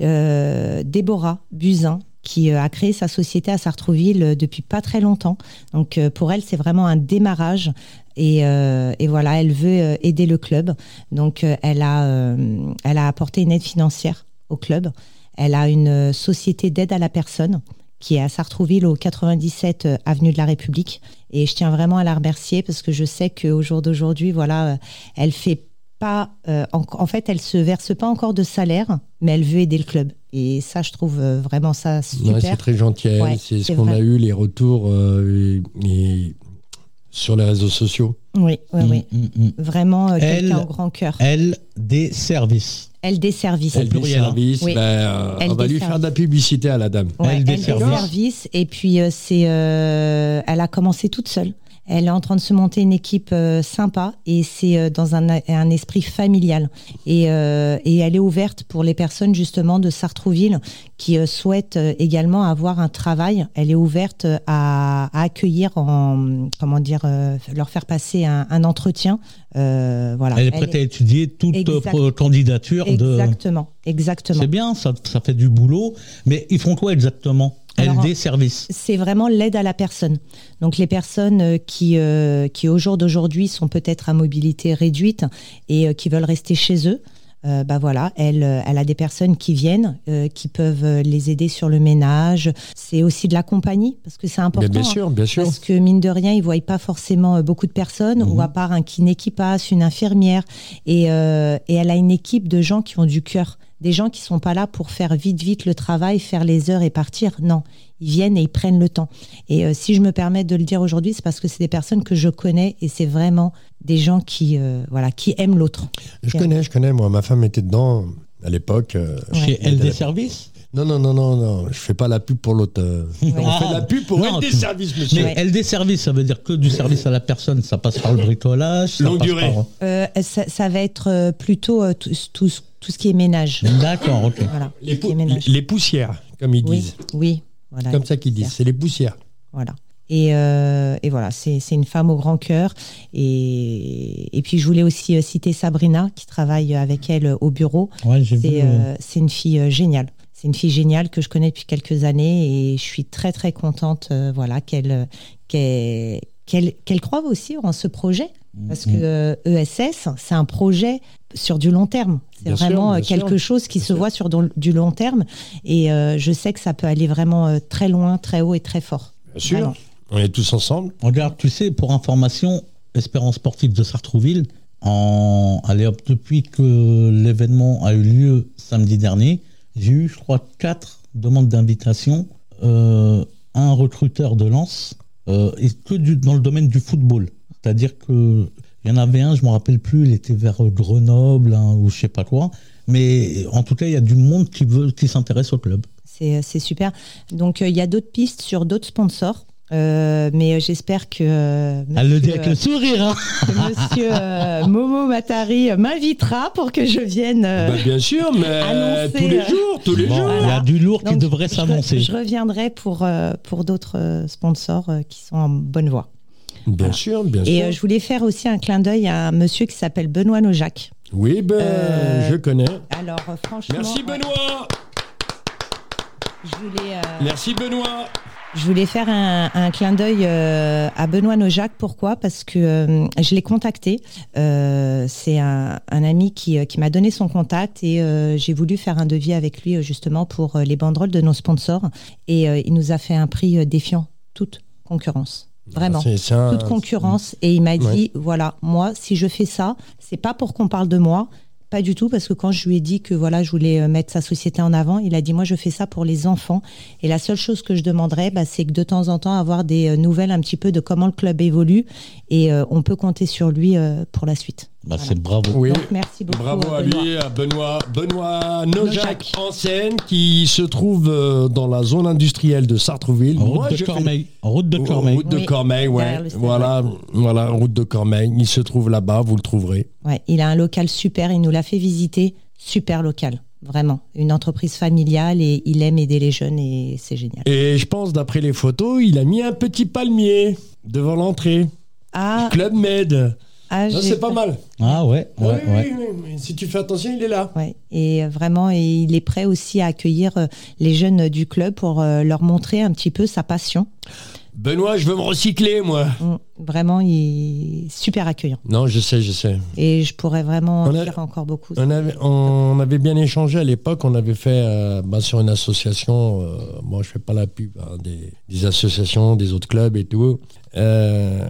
[SPEAKER 4] euh, Déborah Buzyn, qui euh, a créé sa société à Sartrouville euh, depuis pas très longtemps. Donc, euh, pour elle, c'est vraiment un démarrage. Et, euh, et voilà, elle veut euh, aider le club. Donc, euh, elle, a, euh, elle a apporté une aide financière au club. Elle a une euh, société d'aide à la personne qui est à Sartrouville au 97 euh, avenue de la République. Et je tiens vraiment à la remercier parce que je sais qu'au jour d'aujourd'hui, voilà, euh, elle fait pas, euh, en, en fait, elle se verse pas encore de salaire, mais elle veut aider le club. Et ça, je trouve euh, vraiment ça
[SPEAKER 2] Ouais, c'est
[SPEAKER 4] super.
[SPEAKER 2] très gentil. à elle.
[SPEAKER 4] Ouais,
[SPEAKER 2] c'est ce
[SPEAKER 4] c'est
[SPEAKER 2] qu'on
[SPEAKER 4] vrai.
[SPEAKER 2] a eu, les retours euh, et- et sur les réseaux sociaux.
[SPEAKER 4] oui, oui,
[SPEAKER 2] Mhm.
[SPEAKER 4] oui.
[SPEAKER 3] Mm, mm, mm.
[SPEAKER 4] Vraiment euh,
[SPEAKER 3] Elle-
[SPEAKER 4] quelqu'un au grand cœur.
[SPEAKER 3] Elle, des services.
[SPEAKER 4] Elle des services.
[SPEAKER 2] Elle des
[SPEAKER 3] pluriel, hein.
[SPEAKER 2] services,
[SPEAKER 4] Oui.
[SPEAKER 2] ben, euh,
[SPEAKER 4] Elle
[SPEAKER 2] on va
[SPEAKER 4] des
[SPEAKER 2] lui
[SPEAKER 4] services.
[SPEAKER 2] faire de la publicité à la dame.
[SPEAKER 4] Ouais,
[SPEAKER 3] Elle
[SPEAKER 4] elle,
[SPEAKER 3] des
[SPEAKER 4] des
[SPEAKER 3] services.
[SPEAKER 4] services. Et puis, euh, c'est, euh, elle a commencé toute seule. Elle est en train de se monter une équipe euh, sympa et c'est euh, dans un, un esprit familial. Et, euh, et elle est ouverte pour les personnes justement de Sartrouville qui euh, souhaitent euh, également avoir un travail. Elle est ouverte euh, à, à accueillir, en, comment dire, euh, leur faire passer un, un entretien. Euh, voilà.
[SPEAKER 3] Elle est prête à étudier toute euh,
[SPEAKER 4] Exact-
[SPEAKER 3] pro- candidature de.
[SPEAKER 4] Exactement, exactement.
[SPEAKER 3] C'est bien, ça, ça fait du boulot. Mais ils font quoi exactement
[SPEAKER 4] Alors, euh,
[SPEAKER 3] LD Services.
[SPEAKER 4] c'est vraiment l'aide à la personne. Donc les personnes euh, qui, euh, qui au jour d'aujourd'hui sont peut-être à mobilité réduite et euh, qui veulent rester chez eux, euh, bah voilà, elle, euh, elle a des personnes qui viennent, euh, qui peuvent euh, les aider sur le ménage. C'est aussi de la compagnie, parce que c'est important.
[SPEAKER 2] Mais bien
[SPEAKER 4] hein.
[SPEAKER 2] sûr, bien sûr.
[SPEAKER 4] Parce que mine de rien, ils voient pas forcément euh, beaucoup de personnes,
[SPEAKER 2] Mhm.
[SPEAKER 4] ou à part un kiné qui passe, une infirmière, et, euh, et elle a une équipe de gens qui ont du cœur, des gens qui sont pas là pour faire vite vite le travail, faire les heures et partir. Non, ils viennent et ils prennent le temps. Et euh, si je me permets de le dire aujourd'hui, c'est parce que c'est des personnes que je connais et c'est vraiment des gens qui euh, voilà qui aiment l'autre.
[SPEAKER 2] Je connais, je connais. Moi, ma femme était dedans à l'époque. euh,
[SPEAKER 4] Ouais.
[SPEAKER 3] Chez LD Services
[SPEAKER 2] Non, non, non, non, non. Je fais pas la pub pour l'autre. euh. On
[SPEAKER 3] Ah.
[SPEAKER 2] fait la pub pour
[SPEAKER 3] Non,
[SPEAKER 2] elle des
[SPEAKER 3] tu-
[SPEAKER 2] services, monsieur.
[SPEAKER 3] Mais LD Services, ça veut dire que du service à la personne, ça passe par le bricolage. ça
[SPEAKER 2] Longue
[SPEAKER 3] passe
[SPEAKER 2] durée.
[SPEAKER 3] par-
[SPEAKER 4] Euh, ça, ça va être euh, plutôt euh, tout, tout, tout ce qui est ménage.
[SPEAKER 2] Mmh.
[SPEAKER 3] D'accord, ok.
[SPEAKER 4] Voilà,
[SPEAKER 2] Les,
[SPEAKER 4] tout ce qui
[SPEAKER 2] pou-
[SPEAKER 4] est ménage.
[SPEAKER 2] les poussières, comme ils
[SPEAKER 4] oui,
[SPEAKER 2] disent.
[SPEAKER 4] oui, voilà.
[SPEAKER 2] Comme ça qu'ils disent, c'est les poussières.
[SPEAKER 4] Voilà. Et, euh, et voilà, c'est c'est une femme au grand cœur. Et, et puis, je voulais aussi euh, citer Sabrina, qui travaille avec elle euh, au bureau.
[SPEAKER 3] Ouais, j'ai vu.
[SPEAKER 4] C'est
[SPEAKER 3] euh,
[SPEAKER 4] euh, c'est une fille euh, géniale. C'est une fille géniale que je connais depuis quelques années et je suis très, très contente euh, voilà, qu'elle euh, qu'elle qu'elle qu'elle croie aussi en ce projet. Parce
[SPEAKER 2] Mm.
[SPEAKER 4] que euh, ESS, c'est un projet sur du long terme. C'est
[SPEAKER 2] Bien sûr,
[SPEAKER 4] vraiment
[SPEAKER 2] bien
[SPEAKER 4] euh,
[SPEAKER 2] sûr.
[SPEAKER 4] quelque chose qui se voit sur don- du long terme. Et euh, je sais que ça peut aller vraiment euh, très loin, très haut et très fort.
[SPEAKER 2] Bien sûr.
[SPEAKER 4] Vraiment.
[SPEAKER 2] On est tous ensemble.
[SPEAKER 3] Regarde, tu sais, pour information, Espérance sportive de Sartrouville, en... allez hop, depuis que l'événement a eu lieu samedi dernier, j'ai eu, je crois, quatre demandes d'invitation. Euh, un recruteur de Lens, euh, et que du- dans le domaine du football. C'est-à-dire que il y en avait un, je ne me rappelle plus, il était vers euh, Grenoble hein, ou je sais pas quoi. Mais en tout cas, il y a du monde qui veut, qui s'intéresse au club.
[SPEAKER 4] C'est euh, c'est super. Donc, euh, il y a d'autres pistes sur d'autres sponsors. Euh, mais euh, j'espère que, euh,
[SPEAKER 3] Elle le dit
[SPEAKER 4] monsieur,
[SPEAKER 3] avec le sourire. hein.
[SPEAKER 4] euh, que monsieur euh, Momo Matari euh, m'invitera pour que je vienne. euh,
[SPEAKER 2] Bah, bien sûr, mais
[SPEAKER 4] Annoncer,
[SPEAKER 2] tous les
[SPEAKER 4] euh,
[SPEAKER 2] jours, Oh, tous les
[SPEAKER 3] Bon,
[SPEAKER 2] jours.
[SPEAKER 3] Il y a du lourd qui
[SPEAKER 4] donc,
[SPEAKER 3] devrait
[SPEAKER 4] je-
[SPEAKER 3] Bah, s'annoncer.
[SPEAKER 4] Je reviendrai pour, euh, pour d'autres euh, sponsors euh, qui sont en bonne voie.
[SPEAKER 2] Bien sûr, bien
[SPEAKER 4] Et
[SPEAKER 2] sûr.
[SPEAKER 4] euh, je voulais faire aussi un clin d'œil à un monsieur qui s'appelle Benoît Nojac.
[SPEAKER 2] Oui, ben,
[SPEAKER 4] Euh,
[SPEAKER 2] je connais.
[SPEAKER 4] Alors, euh, franchement,
[SPEAKER 2] Merci
[SPEAKER 4] euh,
[SPEAKER 2] Benoît.
[SPEAKER 4] je voulais, euh,
[SPEAKER 2] Merci Benoît.
[SPEAKER 4] Je voulais faire un, un clin d'œil euh, à Benoît Nojac. Pourquoi Parce que euh, je l'ai contacté. Euh, c'est un, un ami qui, euh, qui m'a donné son contact et euh, j'ai voulu faire un devis avec lui euh, justement pour euh, les banderoles de nos sponsors. Et euh, il nous a fait un prix euh, défiant toute concurrence. Vraiment.
[SPEAKER 2] C'est- c'est un-
[SPEAKER 4] toute concurrence et il m'a dit
[SPEAKER 2] Ah, Ouais.
[SPEAKER 4] voilà moi si je fais ça c'est pas pour qu'on parle de moi pas du tout parce que quand je lui ai dit que voilà je voulais euh, mettre sa société en avant il a dit moi je fais ça pour les enfants et la seule chose que je demanderais bah, c'est que de temps en temps avoir des euh, nouvelles un petit peu de comment le club évolue et euh, on peut compter sur lui euh, pour la suite
[SPEAKER 3] Bah, C'est bravo.
[SPEAKER 2] Oui.
[SPEAKER 4] Donc, merci beaucoup.
[SPEAKER 2] Bravo
[SPEAKER 4] euh,
[SPEAKER 2] à
[SPEAKER 4] Benoît.
[SPEAKER 2] lui, à Benoît, Benoît Nojac,
[SPEAKER 4] Nojac.
[SPEAKER 2] ancienne, qui se trouve euh, dans la zone industrielle de Sartreville.
[SPEAKER 3] Route
[SPEAKER 2] Moi,
[SPEAKER 3] de
[SPEAKER 2] je fais-
[SPEAKER 3] Cormeil. Route de Cormeil.
[SPEAKER 2] Route de
[SPEAKER 4] Oui.
[SPEAKER 2] Cormeil, ouais.
[SPEAKER 4] Derrière le stade.
[SPEAKER 2] Voilà, voilà, route de Cormeil. Il se trouve là-bas, vous le trouverez.
[SPEAKER 4] Ouais, il a un local super, il nous l'a fait visiter, super local, vraiment. Une entreprise familiale et il aime aider les jeunes et c'est génial.
[SPEAKER 2] Et je pense, d'après les photos, il a mis un petit palmier devant l'entrée.
[SPEAKER 4] Ah,
[SPEAKER 2] Club Med.
[SPEAKER 4] ah,
[SPEAKER 2] Ça,
[SPEAKER 4] j'ai-
[SPEAKER 2] c'est pas mal.
[SPEAKER 3] Ah ouais,
[SPEAKER 2] Oui,
[SPEAKER 3] ouais, ouais.
[SPEAKER 2] oui, oui, oui. Si tu fais attention, il est là.
[SPEAKER 4] Ouais, et euh, vraiment, et il est prêt aussi à accueillir euh, les jeunes euh, du club pour euh, leur montrer un petit peu sa passion.
[SPEAKER 2] Benoît, je veux me recycler, moi.
[SPEAKER 4] Mm, Vraiment, il est super accueillant.
[SPEAKER 2] Non, je sais, je sais.
[SPEAKER 4] Et je pourrais vraiment en
[SPEAKER 2] On a-
[SPEAKER 4] dire encore beaucoup.
[SPEAKER 2] On avait, on avait bien échangé à l'époque, on avait fait euh, bah, sur une association, euh, moi je fais pas la pub, hein, des, des associations, des autres clubs et tout. Euh,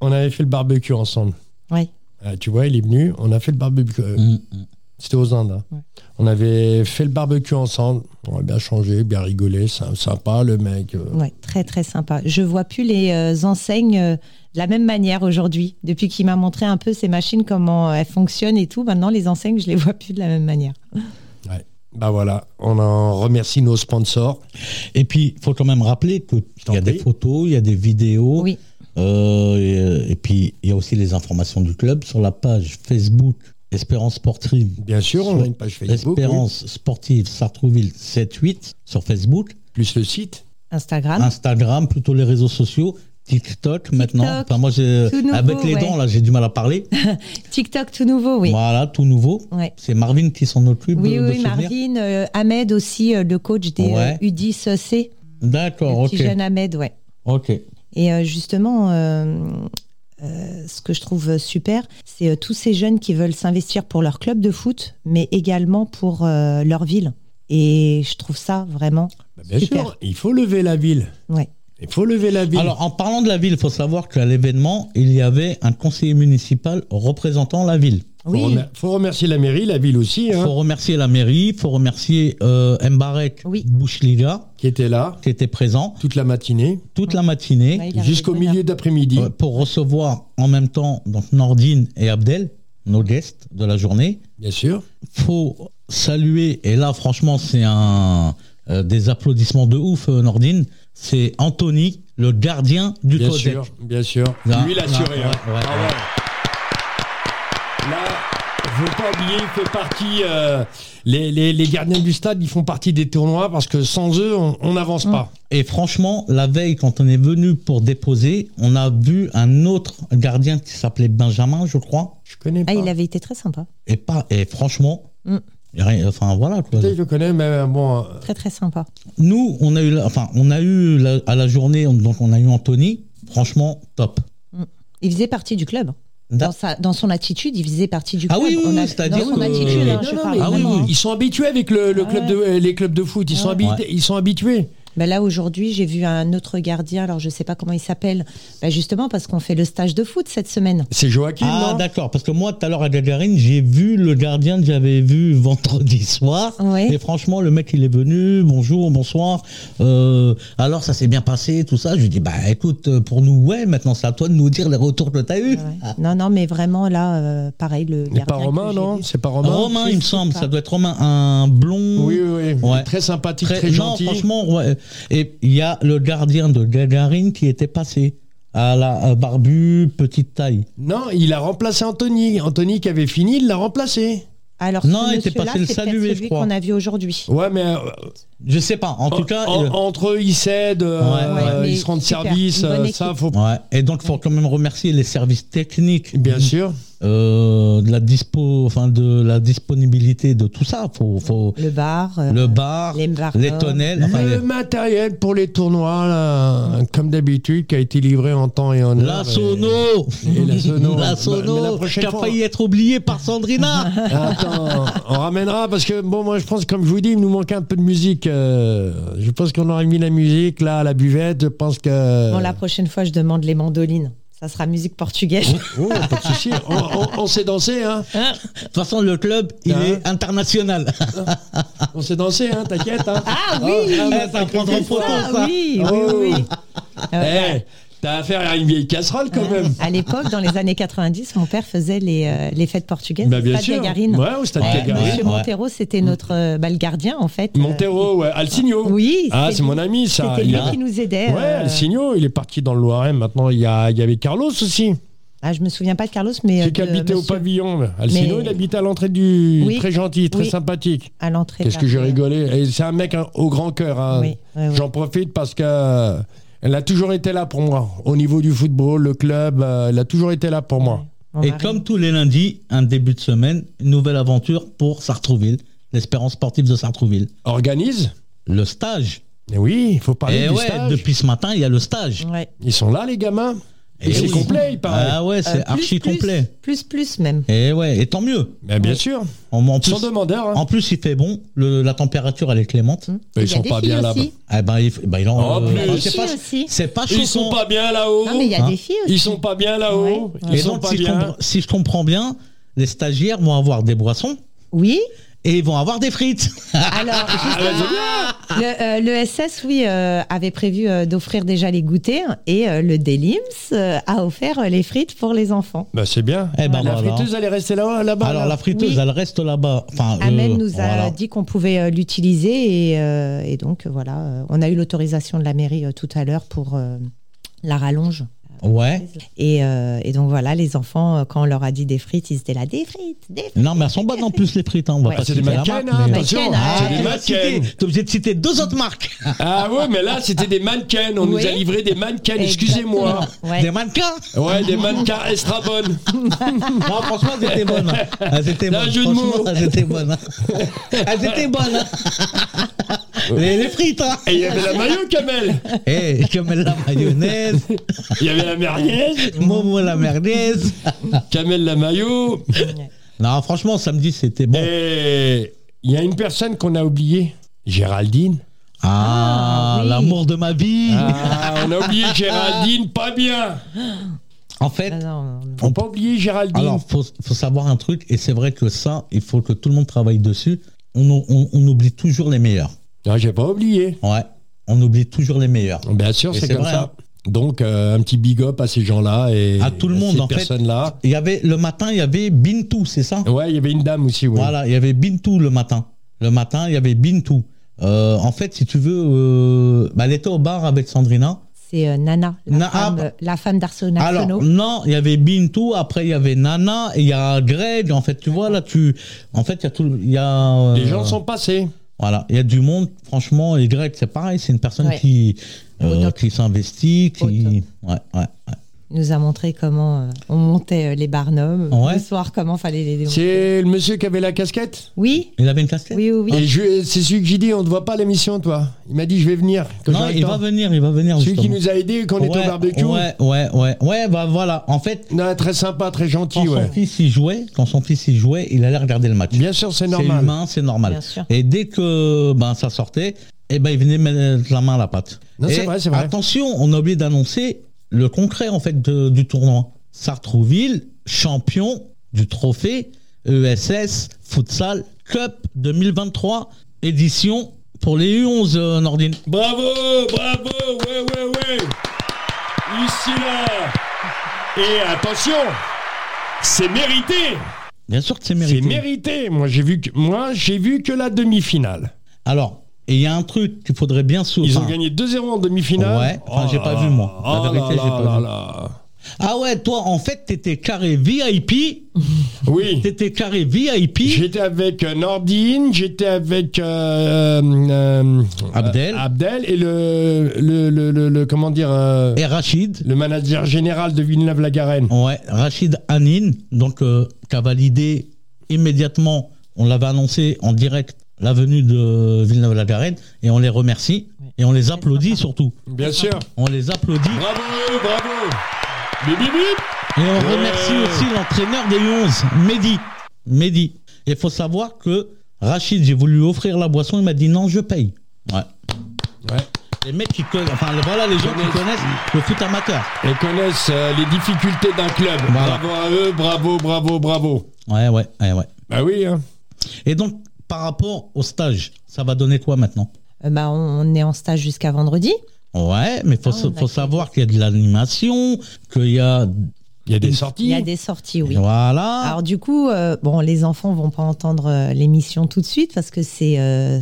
[SPEAKER 2] on avait fait le barbecue ensemble.
[SPEAKER 4] Ouais.
[SPEAKER 2] Euh, tu vois, il est venu, on a fait le barbecue. euh,
[SPEAKER 3] Mm,
[SPEAKER 2] C'était aux Indes. hein.
[SPEAKER 4] Ouais.
[SPEAKER 2] On avait fait le barbecue ensemble, on a bien changé, bien rigolé, sy- sympa le mec. euh.
[SPEAKER 4] Ouais, très très sympa. Je vois plus les euh, enseignes euh, de la même manière aujourd'hui. Depuis qu'il m'a montré un peu ces machines, comment euh, elles fonctionnent et tout, maintenant les enseignes, je les vois plus de la même manière.
[SPEAKER 2] Bah voilà, on en remercie nos sponsors.
[SPEAKER 3] Et puis, il faut quand même rappeler qu'il
[SPEAKER 2] t'en
[SPEAKER 3] y a des
[SPEAKER 2] prie.
[SPEAKER 3] photos, il y a des vidéos.
[SPEAKER 4] Oui.
[SPEAKER 3] Euh, et, euh, et, puis, il y a aussi les informations du club sur la page Facebook Espérance Sportive.
[SPEAKER 2] Bien sûr, on a une page Facebook, oui,
[SPEAKER 3] Espérance Sportive Sartrouville 78 sur Facebook,
[SPEAKER 2] plus le site.
[SPEAKER 4] Instagram.
[SPEAKER 3] Ah. Instagram, plutôt les réseaux sociaux, TikTok maintenant. Enfin, moi, j'ai-
[SPEAKER 4] tout nouveau,
[SPEAKER 3] avec les
[SPEAKER 4] ouais.
[SPEAKER 3] dents, là, j'ai du mal à parler.
[SPEAKER 4] TikTok tout nouveau, oui.
[SPEAKER 3] Voilà, tout nouveau.
[SPEAKER 4] Ouais.
[SPEAKER 3] C'est Marvin qui s'en occupe
[SPEAKER 4] Oui,
[SPEAKER 3] de, de
[SPEAKER 4] oui,
[SPEAKER 3] souvenir.
[SPEAKER 4] Marvin, euh, Ahmed aussi, euh, le coach des
[SPEAKER 3] Ouais.
[SPEAKER 4] euh, U10C,
[SPEAKER 3] D'accord,
[SPEAKER 4] le
[SPEAKER 3] ok.
[SPEAKER 4] petit jeune Ahmed, ouais.
[SPEAKER 3] Ok.
[SPEAKER 4] Et euh, justement, euh, euh, ce que je trouve super, c'est euh, tous ces jeunes qui veulent s'investir pour leur club de foot, mais également pour euh, leur ville. Et je trouve ça vraiment.
[SPEAKER 2] Bah, bien
[SPEAKER 4] Super.
[SPEAKER 2] sûr, il faut lever la ville.
[SPEAKER 4] Ouais.
[SPEAKER 2] Il faut lever la ville.
[SPEAKER 3] Alors, en parlant de la ville, il faut savoir qu'à l'événement, il y avait un conseiller municipal représentant la ville.
[SPEAKER 2] Faut,
[SPEAKER 4] Oui,
[SPEAKER 2] remer- faut remercier la mairie, la ville aussi,
[SPEAKER 3] Il
[SPEAKER 2] hein,
[SPEAKER 3] faut remercier la mairie, il faut remercier euh, Mbarek
[SPEAKER 4] Oui.
[SPEAKER 3] Bouchliga,
[SPEAKER 2] qui était là
[SPEAKER 3] qui était présent
[SPEAKER 2] toute la matinée,
[SPEAKER 3] toute la matinée
[SPEAKER 4] Ouais, il est arrivé
[SPEAKER 2] jusqu'au
[SPEAKER 4] de bonne
[SPEAKER 2] milieu d'après-midi.
[SPEAKER 3] euh, pour recevoir en même temps donc Nordine et Abdel, nos guests de la journée.
[SPEAKER 2] Bien sûr.
[SPEAKER 3] faut saluer, et là franchement c'est un euh, des applaudissements de ouf euh, Nordine, c'est Anthony, le gardien du
[SPEAKER 2] Bien
[SPEAKER 3] Codec.
[SPEAKER 2] sûr, bien sûr.
[SPEAKER 3] Là,
[SPEAKER 2] Lui, il a
[SPEAKER 3] là,
[SPEAKER 2] assuré.
[SPEAKER 3] ouais,
[SPEAKER 2] hein.
[SPEAKER 3] ouais,
[SPEAKER 2] Ah
[SPEAKER 3] ouais.
[SPEAKER 2] ouais. Là, faut pas oublier, il fait partie. euh, les, les- les gardiens du stade, ils font partie des tournois parce que sans eux, on- on n'avance pas.
[SPEAKER 3] Et franchement, la veille, quand on est venu pour déposer, on a vu un autre gardien qui s'appelait Benjamin, je crois.
[SPEAKER 2] Je connais pas.
[SPEAKER 4] Ah, il avait été très sympa.
[SPEAKER 3] Et, pas, et franchement,
[SPEAKER 4] Mm.
[SPEAKER 3] rien- enfin voilà. Quoi.
[SPEAKER 2] Peut-être que Je connais, mais euh, bon. euh,
[SPEAKER 4] Très, très sympa.
[SPEAKER 3] Nous, on a eu, la- enfin, on a eu la- à la journée, on- donc on a eu Anthony. Franchement, top.
[SPEAKER 4] Il faisait partie du club.
[SPEAKER 3] Da-
[SPEAKER 4] Dans, sa, dans son attitude, il faisait partie du
[SPEAKER 3] Ah
[SPEAKER 4] club.
[SPEAKER 3] oui, oui,
[SPEAKER 4] On a-
[SPEAKER 3] oui, c'est-à-dire
[SPEAKER 4] Dans son
[SPEAKER 3] que-
[SPEAKER 4] attitude, hein,
[SPEAKER 2] non,
[SPEAKER 4] je
[SPEAKER 2] non,
[SPEAKER 4] parle
[SPEAKER 2] mais
[SPEAKER 3] Ah oui,
[SPEAKER 4] vraiment,
[SPEAKER 3] oui.
[SPEAKER 4] hein.
[SPEAKER 2] Ils sont habitués avec le, le
[SPEAKER 4] Ah
[SPEAKER 2] club de, les clubs de foot. Ils, sont,
[SPEAKER 4] Ouais.
[SPEAKER 2] habitués, ils sont habitués.
[SPEAKER 4] Bah là aujourd'hui, j'ai vu un autre gardien, alors je sais pas comment il s'appelle, Bah, justement parce qu'on fait le stage de foot cette semaine.
[SPEAKER 2] C'est Joachim.
[SPEAKER 3] Ah
[SPEAKER 4] hein.
[SPEAKER 2] non
[SPEAKER 3] d'accord, parce que moi tout à l'heure à Gagarine, j'ai vu le gardien que j'avais vu vendredi soir.
[SPEAKER 4] Ouais.
[SPEAKER 3] Et franchement, le mec il est venu, bonjour, bonsoir. Euh, alors ça s'est bien passé, tout ça. Je lui dis bah écoute, euh, pour nous ouais, maintenant c'est à toi de nous dire les retours que t'as eu. Ah.
[SPEAKER 4] Ouais. Non, non, mais vraiment là, euh, pareil, le
[SPEAKER 2] C'est
[SPEAKER 4] gardien.
[SPEAKER 2] pas
[SPEAKER 4] que
[SPEAKER 2] Romain,
[SPEAKER 4] j'ai
[SPEAKER 2] non
[SPEAKER 4] vu.
[SPEAKER 2] C'est pas
[SPEAKER 3] Romain,
[SPEAKER 2] Romain
[SPEAKER 4] je
[SPEAKER 3] il me
[SPEAKER 4] sais
[SPEAKER 3] semble,
[SPEAKER 4] pas.
[SPEAKER 3] ça doit être Romain, un blond.
[SPEAKER 2] Oui, oui, oui.
[SPEAKER 3] Ouais.
[SPEAKER 2] Très sympathique, très,
[SPEAKER 3] Très, non,
[SPEAKER 2] gentil.
[SPEAKER 3] franchement, ouais. Et il y a le gardien de Gagarine qui était passé à la à barbu, petite taille.
[SPEAKER 2] Non, il a remplacé Anthony. Anthony qui avait fini, il l'a remplacé.
[SPEAKER 4] Alors
[SPEAKER 3] Non,
[SPEAKER 4] ce
[SPEAKER 3] il était
[SPEAKER 4] monsieur-là,
[SPEAKER 3] passé le
[SPEAKER 4] c'est
[SPEAKER 3] saluer,
[SPEAKER 4] peut-être
[SPEAKER 3] je
[SPEAKER 4] celui
[SPEAKER 3] crois.
[SPEAKER 4] qu'on a vu aujourd'hui.
[SPEAKER 2] Ouais, mais euh,
[SPEAKER 3] Je sais pas. En tout
[SPEAKER 2] en-
[SPEAKER 3] cas,
[SPEAKER 2] en-
[SPEAKER 3] il-
[SPEAKER 2] entre eux, ils s'aident, euh,
[SPEAKER 3] Ouais, ouais.
[SPEAKER 2] euh,
[SPEAKER 4] Mais
[SPEAKER 2] ils se rendent
[SPEAKER 4] super,
[SPEAKER 2] service.
[SPEAKER 4] une bonne
[SPEAKER 2] euh,
[SPEAKER 4] équipe.
[SPEAKER 2] ça, faut
[SPEAKER 3] ouais. Et donc, faut quand même remercier les services techniques.
[SPEAKER 2] bien sûr.
[SPEAKER 3] euh, de la dispo, enfin de la disponibilité de tout ça. Faut, faut
[SPEAKER 4] Le bar. euh,
[SPEAKER 3] le bar, les,
[SPEAKER 4] les barres.
[SPEAKER 3] tonnelles, enfin,
[SPEAKER 2] le matériel pour les tournois, là, comme d'habitude, qui a été livré en temps et en
[SPEAKER 3] les-
[SPEAKER 2] heure.
[SPEAKER 3] la
[SPEAKER 2] et-
[SPEAKER 3] sono,
[SPEAKER 2] Et la sono. Bah,
[SPEAKER 3] la
[SPEAKER 2] Mais la
[SPEAKER 3] sono,
[SPEAKER 2] prochaine
[SPEAKER 3] qui a
[SPEAKER 2] fois-
[SPEAKER 3] failli être oublié par Sandrina.
[SPEAKER 2] Attends, on ramènera parce que bon, moi je pense, comme je vous dis, il nous manquait un peu de musique. euh, je pense qu'on aurait mis la musique là à la buvette. Je pense que.
[SPEAKER 4] Bon, la prochaine fois, je demande les mandolines. Ça sera musique portugaise.
[SPEAKER 2] Oh, pas de souci. On, on- on s'est dansé, hein.
[SPEAKER 3] De toute façon, le club, il
[SPEAKER 2] Hein
[SPEAKER 3] est international.
[SPEAKER 2] On s'est dansé, hein. T'inquiète, hein.
[SPEAKER 4] Ah oui
[SPEAKER 3] Eh, ça prend trop de photos, ça.
[SPEAKER 4] oui, Ah
[SPEAKER 2] Oh.
[SPEAKER 4] oui, oui.
[SPEAKER 2] Eh, T'as affaire à une vieille casserole quand
[SPEAKER 4] Ouais.
[SPEAKER 2] même.
[SPEAKER 4] À l'époque, dans les années 90, mon père faisait les, euh, les fêtes portugaises.
[SPEAKER 2] Bah,
[SPEAKER 4] au
[SPEAKER 2] bien
[SPEAKER 4] Stade
[SPEAKER 2] sûr.
[SPEAKER 4] Gagarine.
[SPEAKER 2] Ouais, au stade
[SPEAKER 3] Ouais,
[SPEAKER 2] Gagarine.
[SPEAKER 4] Monsieur
[SPEAKER 3] ouais.
[SPEAKER 4] Montero, c'était notre euh, bah, le gardien en fait. Euh,
[SPEAKER 2] Montero, ouais. Alcigno.
[SPEAKER 4] oui.
[SPEAKER 2] Ah,
[SPEAKER 4] c'est
[SPEAKER 2] c'est
[SPEAKER 4] lui.
[SPEAKER 2] mon ami, ça.
[SPEAKER 4] C'était
[SPEAKER 2] Il
[SPEAKER 4] lui
[SPEAKER 2] a-
[SPEAKER 4] qui nous aidait.
[SPEAKER 2] Ouais,
[SPEAKER 4] euh,
[SPEAKER 2] Alcigno, il est parti dans le Loiret. Maintenant, il y, a- il y avait Carlos aussi,
[SPEAKER 4] ah, je me souviens pas de Carlos, mais euh,
[SPEAKER 2] qui
[SPEAKER 4] de
[SPEAKER 2] habitait au
[SPEAKER 4] monsieur
[SPEAKER 2] pavillon. Alcigno,
[SPEAKER 4] Mais-
[SPEAKER 2] il habitait à l'entrée du.
[SPEAKER 4] Oui.
[SPEAKER 2] Très gentil, très
[SPEAKER 4] Oui.
[SPEAKER 2] sympathique.
[SPEAKER 4] à l'entrée. de
[SPEAKER 2] Qu'est-ce
[SPEAKER 4] la-
[SPEAKER 2] que j'ai rigolé. Et c'est un mec hein, au grand cœur. hein.
[SPEAKER 4] Oui, ouais, ouais.
[SPEAKER 2] J'en profite parce que. euh, Elle a toujours été là pour moi. Au niveau du football, le club, euh, elle a toujours été là pour moi.
[SPEAKER 4] Mon
[SPEAKER 3] Et
[SPEAKER 4] mari.
[SPEAKER 3] comme tous les lundis, un début de semaine, une nouvelle aventure pour Sartrouville, l'espérance sportive de Sartrouville.
[SPEAKER 2] Organise
[SPEAKER 3] Le stage.
[SPEAKER 2] Eh oui, il faut parler
[SPEAKER 3] Et
[SPEAKER 2] du
[SPEAKER 3] ouais,
[SPEAKER 2] stage.
[SPEAKER 3] depuis ce matin, il y a le stage.
[SPEAKER 4] Ouais.
[SPEAKER 2] Ils sont là, les gamins. Et,
[SPEAKER 3] Eh
[SPEAKER 2] c'est
[SPEAKER 3] oui.
[SPEAKER 2] complet, il paraît.
[SPEAKER 3] Ah ouais, c'est
[SPEAKER 4] Euh, plus,
[SPEAKER 3] archi
[SPEAKER 4] plus,
[SPEAKER 3] complet.
[SPEAKER 4] Plus, plus même.
[SPEAKER 3] Et ouais, et tant mieux.
[SPEAKER 2] Mais bien sûr,
[SPEAKER 3] En, en
[SPEAKER 2] ils
[SPEAKER 3] plus,
[SPEAKER 2] sont demandeurs. hein.
[SPEAKER 3] en plus, il fait bon, le- la température elle est clémente.
[SPEAKER 2] Ils
[SPEAKER 4] Il y a
[SPEAKER 2] sont
[SPEAKER 4] des
[SPEAKER 2] pas
[SPEAKER 4] filles
[SPEAKER 2] bien là-bas. Ah,
[SPEAKER 4] aussi.
[SPEAKER 3] Eh ben, il, f- ben, il en
[SPEAKER 2] En
[SPEAKER 3] euh,
[SPEAKER 2] plus.
[SPEAKER 4] Il y a
[SPEAKER 3] ben,
[SPEAKER 4] des
[SPEAKER 3] c'est
[SPEAKER 4] filles
[SPEAKER 3] pas,
[SPEAKER 4] aussi.
[SPEAKER 3] c'est pas
[SPEAKER 2] Ils sont
[SPEAKER 3] choquant.
[SPEAKER 2] pas bien là-haut.
[SPEAKER 4] Non, Ah, mais il y a
[SPEAKER 3] Hein.
[SPEAKER 4] des filles aussi.
[SPEAKER 2] Ils sont pas bien là-haut.
[SPEAKER 4] Ouais,
[SPEAKER 2] Ils
[SPEAKER 4] ouais.
[SPEAKER 3] Et
[SPEAKER 2] sont
[SPEAKER 3] donc,
[SPEAKER 2] pas
[SPEAKER 3] si je,
[SPEAKER 2] bien.
[SPEAKER 3] comprends, si je comprends bien, les stagiaires vont avoir des boissons
[SPEAKER 4] Oui.
[SPEAKER 3] et ils vont avoir des frites.
[SPEAKER 4] Alors,
[SPEAKER 2] Ah, bah, c'est bien.
[SPEAKER 4] Le, euh, le SS, oui, euh, avait prévu euh, d'offrir déjà les goûters et euh, le Delims euh, a offert euh, les frites pour les enfants.
[SPEAKER 2] Bah, c'est bien.
[SPEAKER 3] Eh ben,
[SPEAKER 2] la
[SPEAKER 3] voilà.
[SPEAKER 2] friteuse, elle est restée là- là-bas.
[SPEAKER 3] Alors
[SPEAKER 2] là.
[SPEAKER 3] la friteuse,
[SPEAKER 4] Oui.
[SPEAKER 3] elle reste là-bas. Enfin,
[SPEAKER 4] Amel
[SPEAKER 3] euh,
[SPEAKER 4] nous a
[SPEAKER 3] voilà.
[SPEAKER 4] dit qu'on pouvait euh, l'utiliser et, euh, et donc euh, voilà, euh, on a eu l'autorisation de la mairie euh, tout à l'heure pour euh, la rallonge.
[SPEAKER 3] Ouais.
[SPEAKER 4] Et, euh, et donc voilà, les enfants, euh, quand on leur a dit des frites, ils étaient là, des frites, des frites.
[SPEAKER 3] Non, mais elles sont bonnes en plus les frites. Hein. On va
[SPEAKER 4] Ouais.
[SPEAKER 3] pas
[SPEAKER 2] C'est des
[SPEAKER 3] citer la
[SPEAKER 2] mannequins,
[SPEAKER 3] marque,
[SPEAKER 2] hein,
[SPEAKER 3] mais-
[SPEAKER 2] attention.
[SPEAKER 4] Mannequins,
[SPEAKER 2] C'est
[SPEAKER 4] ouais.
[SPEAKER 2] des
[SPEAKER 3] tu vas citer-
[SPEAKER 2] mannequins.
[SPEAKER 3] T'es obligé de citer deux autres marques.
[SPEAKER 2] Ah ouais, mais là, c'était des mannequins. On nous
[SPEAKER 4] Oui. Eh
[SPEAKER 2] a livré des mannequins. Excusez-moi.
[SPEAKER 4] Exactement, ouais.
[SPEAKER 3] Des mannequins.
[SPEAKER 2] Ouais, des mannequins extra bonnes.
[SPEAKER 3] Non, franchement, elles étaient bonnes. hein. Elles étaient
[SPEAKER 2] Là,
[SPEAKER 3] bonnes.
[SPEAKER 2] jeu de
[SPEAKER 3] Franchement,
[SPEAKER 2] mots.
[SPEAKER 3] elles étaient bonnes. hein. Elles étaient bonnes. hein. Les, les frites. Hein.
[SPEAKER 2] Et il y avait la maillot, Kamel.
[SPEAKER 3] Eh, Kamel la mayonnaise,
[SPEAKER 2] Il y avait la merguez.
[SPEAKER 3] Momo la merguez.
[SPEAKER 2] Kamel la maillot.
[SPEAKER 3] Non, franchement, samedi, c'était bon.
[SPEAKER 2] Et il Eh, y a une personne qu'on a oubliée. Géraldine.
[SPEAKER 3] Ah,
[SPEAKER 4] Ah, oui.
[SPEAKER 3] l'amour de ma vie.
[SPEAKER 2] Ah, on a oublié Géraldine, pas bien.
[SPEAKER 3] En fait,
[SPEAKER 4] Ah non, non.
[SPEAKER 2] Faut pas oublier Géraldine.
[SPEAKER 3] Alors, faut, faut savoir un truc, et c'est vrai que ça, il faut que tout le monde travaille dessus. On, on- on oublie toujours les meilleurs.
[SPEAKER 2] Non, j'ai pas oublié.
[SPEAKER 3] Ouais, on oublie toujours les meilleurs.
[SPEAKER 2] Bien sûr,
[SPEAKER 3] Et
[SPEAKER 2] c'est
[SPEAKER 3] c'est
[SPEAKER 2] comme
[SPEAKER 3] vrai,
[SPEAKER 2] ça. Donc, euh, un petit big up à ces gens-là et
[SPEAKER 3] À tout le monde,
[SPEAKER 2] ces
[SPEAKER 3] en fait.
[SPEAKER 2] personnes-là.
[SPEAKER 3] Il y avait le matin, il y avait Bintou, c'est ça
[SPEAKER 2] Ouais, il y avait une dame aussi. Ouais.
[SPEAKER 3] Voilà, il y avait Bintou le matin. Le matin, il y avait Bintou. Euh, en fait, si tu veux, euh, bah, elle était au bar avec Sandrina.
[SPEAKER 4] C'est euh, Nana, la
[SPEAKER 3] Na-
[SPEAKER 4] femme,
[SPEAKER 3] ah,
[SPEAKER 4] euh, la femme d'Arsenal.
[SPEAKER 3] Alors, non, il y avait Bintou, après il y avait Nana, et il y a Greg. En fait, tu vois, là, tu. En fait, il y a tout. le- Il y a, euh,
[SPEAKER 2] Les gens sont passés.
[SPEAKER 3] Voilà, il y a du monde, franchement, et Greg, c'est pareil, c'est une personne
[SPEAKER 4] Ouais.
[SPEAKER 3] qui, euh,
[SPEAKER 4] Au top.
[SPEAKER 3] qui s'investit, qui...
[SPEAKER 4] Au
[SPEAKER 3] Ouais,
[SPEAKER 4] top.
[SPEAKER 3] ouais, ouais.
[SPEAKER 4] Il nous a montré comment euh, on montait euh, les barnums,
[SPEAKER 3] Ouais.
[SPEAKER 4] le soir, comment fallait les démonter.
[SPEAKER 2] C'est le monsieur qui avait la casquette
[SPEAKER 4] Oui,
[SPEAKER 3] Il avait une casquette
[SPEAKER 4] oui, oui, oui.
[SPEAKER 2] Et je- c'est celui que j'ai dit, on te voit pas à l'émission, toi. Il m'a dit, je vais venir. quand
[SPEAKER 3] Non,
[SPEAKER 2] j'aurai le
[SPEAKER 3] il
[SPEAKER 2] temps.
[SPEAKER 3] va venir, il va venir,
[SPEAKER 2] Celui qui
[SPEAKER 3] justement.
[SPEAKER 2] nous a aidés quand on était
[SPEAKER 3] Ouais,
[SPEAKER 2] au barbecue.
[SPEAKER 3] Ouais, ouais, ouais, ouais, bah voilà, en fait,
[SPEAKER 2] Non, très sympa, très
[SPEAKER 3] quand
[SPEAKER 2] gentil, ouais.
[SPEAKER 3] son fils y jouait, quand son fils y jouait, il allait regarder le match.
[SPEAKER 2] Bien sûr, c'est
[SPEAKER 3] C'est
[SPEAKER 2] normal.
[SPEAKER 3] humain, c'est normal.
[SPEAKER 4] Bien sûr.
[SPEAKER 3] Et dès que ben, ça sortait, eh ben, il venait mettre la main à la pâte.
[SPEAKER 2] Non, c'est
[SPEAKER 3] Et
[SPEAKER 2] vrai, c'est vrai.
[SPEAKER 3] Attention, on a oublié d'annoncer le concret en fait de- du tournoi. Sartrouville, champion du trophée ESS Futsal Cup 2023, édition pour les U11 euh, Nordine.
[SPEAKER 2] Bravo, bravo, ouais, ouais, ouais. Ici, là. Et attention, c'est mérité.
[SPEAKER 3] Bien sûr que c'est
[SPEAKER 2] C'est
[SPEAKER 3] mérité.
[SPEAKER 2] mérité. Moi, j'ai vu que, moi, j'ai vu que la demi-finale.
[SPEAKER 3] Alors, et il y a un truc qu'il faudrait bien souligner.
[SPEAKER 2] Ils ont gagné 2-0 en demi-finale.
[SPEAKER 3] Oh. Ouais. Enfin, j'ai pas
[SPEAKER 2] là
[SPEAKER 3] vu,
[SPEAKER 2] là.
[SPEAKER 3] moi. La
[SPEAKER 2] Oh
[SPEAKER 3] vérité,
[SPEAKER 2] là
[SPEAKER 3] j'ai
[SPEAKER 2] là
[SPEAKER 3] pas
[SPEAKER 2] là
[SPEAKER 3] vu.
[SPEAKER 2] là.
[SPEAKER 3] Ah ouais, toi en fait t'étais carré VIP,
[SPEAKER 2] Oui.
[SPEAKER 3] t'étais carré VIP.
[SPEAKER 2] J'étais avec euh, Nordine, j'étais avec euh, euh,
[SPEAKER 3] Abdel.
[SPEAKER 2] euh, Abdel et le, le, le, le- le- comment dire euh,
[SPEAKER 3] Et Rachid,
[SPEAKER 2] le manager général de Villeneuve-la-Garenne.
[SPEAKER 3] Ouais, Rachid Hanin, donc, euh, qui a validé immédiatement, on l'avait annoncé en direct, la venue de Villeneuve-la-Garenne, et on les remercie, et on les applaudit surtout.
[SPEAKER 2] Bien sûr.
[SPEAKER 3] On les applaudit,
[SPEAKER 2] Bravo, bravo. Bip, bip, bip.
[SPEAKER 3] et on remercie
[SPEAKER 2] Ouais.
[SPEAKER 3] aussi l'entraîneur des U11, Mehdi. Mehdi. Il faut savoir que Rachid, j'ai voulu lui offrir la boisson, il m'a dit non, je paye. Ouais.
[SPEAKER 2] Ouais.
[SPEAKER 3] Les mecs qui connaissent, enfin voilà les gens qui connaissent le foot amateur.
[SPEAKER 2] Ils connaissent euh, les difficultés d'un club.
[SPEAKER 3] Voilà.
[SPEAKER 2] Bravo à eux, bravo, bravo, bravo.
[SPEAKER 3] Ouais, ouais, ouais, ouais.
[SPEAKER 2] Bah oui, hein.
[SPEAKER 3] Et donc, par rapport au stage, ça va donner quoi maintenant
[SPEAKER 4] Euh, bah, on, on est en stage jusqu'à vendredi.
[SPEAKER 3] Ouais, mais faut,
[SPEAKER 4] Ah,
[SPEAKER 3] sa-
[SPEAKER 4] on a
[SPEAKER 3] faut
[SPEAKER 4] fait
[SPEAKER 3] savoir qu'il y a de l'animation, qu'il y a.
[SPEAKER 2] Il y a des sorties.
[SPEAKER 4] Il y a des sorties, oui.
[SPEAKER 3] Voilà.
[SPEAKER 4] Alors du coup, euh, bon, les enfants vont pas entendre euh, l'émission tout de suite parce que c'est euh,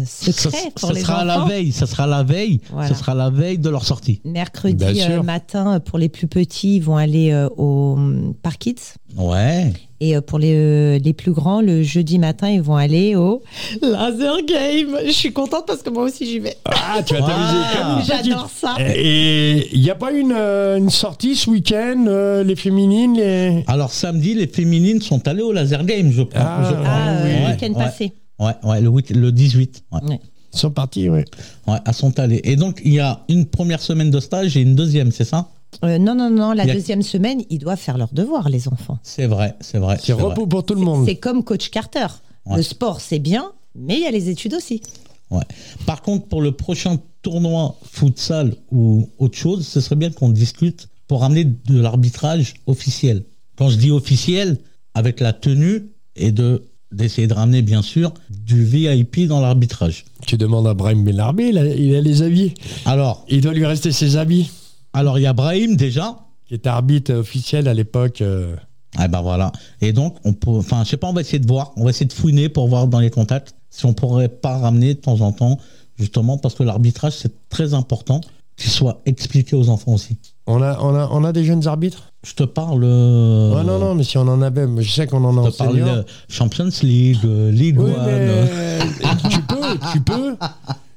[SPEAKER 3] ça,
[SPEAKER 4] secret pour
[SPEAKER 3] ça
[SPEAKER 4] les
[SPEAKER 3] sera à la
[SPEAKER 4] enfants.
[SPEAKER 3] veille, ça sera à la veille,
[SPEAKER 4] Voilà.
[SPEAKER 3] ça sera à la veille de leur sortie.
[SPEAKER 4] Mercredi
[SPEAKER 2] Bien sûr.
[SPEAKER 4] euh, matin, euh, pour les plus petits, ils vont aller euh, au hum, Park Kids.
[SPEAKER 3] Ouais.
[SPEAKER 4] Et euh, pour les, euh, les plus grands, le jeudi matin, ils vont aller au Laser Game. Je suis contente parce que moi aussi j'y vais.
[SPEAKER 2] Ah, tu vas t'amuser.
[SPEAKER 3] Ah.
[SPEAKER 2] comme une
[SPEAKER 4] J'adore ça.
[SPEAKER 2] petite. Et il n'y a pas une, euh, une sortie ce week-end, euh, les féminines les...
[SPEAKER 3] Alors samedi, les féminines sont allées au laser game, je crois.
[SPEAKER 2] Ah,
[SPEAKER 3] Je crois.
[SPEAKER 4] Ah, euh,
[SPEAKER 3] Ouais,
[SPEAKER 4] le week-end
[SPEAKER 3] ouais.
[SPEAKER 4] passé.
[SPEAKER 3] Ouais, ouais, le, huit- le 18. Ouais,
[SPEAKER 2] Ils sont partis, oui.
[SPEAKER 3] ouais, elles sont allées. Et donc, il y a une première semaine de stage et une deuxième, c'est ça
[SPEAKER 4] Euh, non, non, non, la
[SPEAKER 3] Il y a-
[SPEAKER 4] deuxième semaine, ils doivent faire leurs devoirs, les enfants.
[SPEAKER 3] C'est vrai, c'est vrai.
[SPEAKER 2] C'est
[SPEAKER 3] vrai.
[SPEAKER 2] repos pour tout le monde.
[SPEAKER 4] C'est comme coach Carter.
[SPEAKER 3] Ouais.
[SPEAKER 4] Le sport, c'est bien, mais il y a les études aussi.
[SPEAKER 3] Ouais. Par contre, pour le prochain tournoi futsal ou autre chose, ce serait bien qu'on discute pour amener de l'arbitrage officiel. Quand je dis officiel, avec la tenue et de d'essayer de ramener bien sûr du VIP dans l'arbitrage.
[SPEAKER 2] Tu demandes à Brahim Bellarmé, il a, il a les habits.
[SPEAKER 3] Alors,
[SPEAKER 2] Il doit lui rester ses habits,
[SPEAKER 3] alors il y a Brahim déjà.
[SPEAKER 2] qui était arbitre officiel à l'époque. euh.
[SPEAKER 3] Ah ben voilà. Et donc on peut, enfin je sais pas, on va essayer de voir, on va essayer de fouiner pour voir dans les contacts si on pourrait pas ramener de temps en temps justement parce que l'arbitrage c'est très important qu'il soit expliqué aux enfants aussi.
[SPEAKER 2] On, a, on, a, on a des jeunes arbitres
[SPEAKER 3] Je te parle. euh,
[SPEAKER 2] Ouais, Ah, Non, non, mais si on en avait, mais je sais qu'on en a
[SPEAKER 3] On
[SPEAKER 2] en
[SPEAKER 3] te parle
[SPEAKER 2] senior.
[SPEAKER 3] de Champions League, euh, League
[SPEAKER 2] Oui,
[SPEAKER 3] One. euh.
[SPEAKER 2] mais tu peux, tu peux.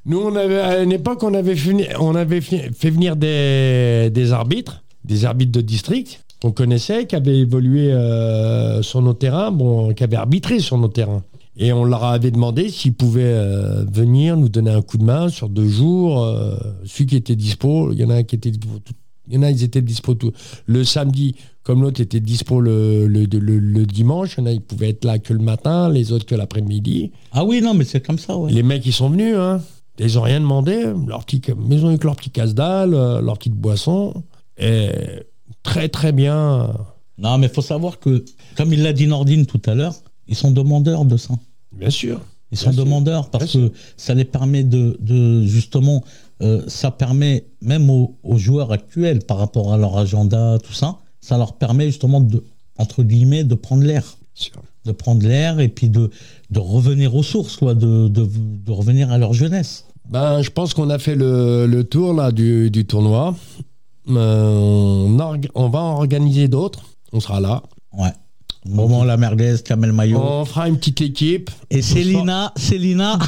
[SPEAKER 2] Nous, on avait, à une époque, on avait, fait venir- on avait fait fait venir des, des arbitres, des arbitres de district qu'on connaissait, qui avaient évolué euh, sur nos terrains, bon, qui avaient arbitré sur nos terrains. Et on leur avait demandé s'ils pouvaient euh, venir nous donner un coup de main sur deux jours. euh, celui qui était dispo, il y en a un qui était dispo tout- il y en a, ils étaient dispo tout- le samedi, comme l'autre était dispo le, le, le- le dimanche. Il y en a, ils pouvaient être là que le matin, les autres que l'après-midi.
[SPEAKER 3] Ah oui, non, mais c'est comme ça, ouais.
[SPEAKER 2] Les mecs, ils sont venus, hein. Ils ont rien demandé. Leur petit, mais ils ont eu que leur petit casse-dalle, euh, leur petite boisson. Et très, très bien.
[SPEAKER 3] Non, mais faut savoir que, comme il l'a dit Nordine tout à l'heure, ils sont demandeurs de ça.
[SPEAKER 2] Bien sûr.
[SPEAKER 3] Ils sont
[SPEAKER 2] Bien sûr.
[SPEAKER 3] demandeurs parce
[SPEAKER 2] Bien
[SPEAKER 3] que ça les permet de, de justement, euh, ça permet même aux, aux joueurs actuels par rapport à leur agenda, tout ça, ça leur permet justement de, entre guillemets, de prendre l'air. De prendre l'air et puis de, de revenir aux sources, quoi, de, de, de revenir à leur jeunesse.
[SPEAKER 2] Ben, je pense qu'on a fait le, le tour, là, du, du tournoi. Euh, on, org- on va en organiser d'autres. On sera là.
[SPEAKER 3] Ouais. Moment la merguez, Kamel Maillot.
[SPEAKER 2] On fera une petite équipe.
[SPEAKER 3] Et Célina, Célina.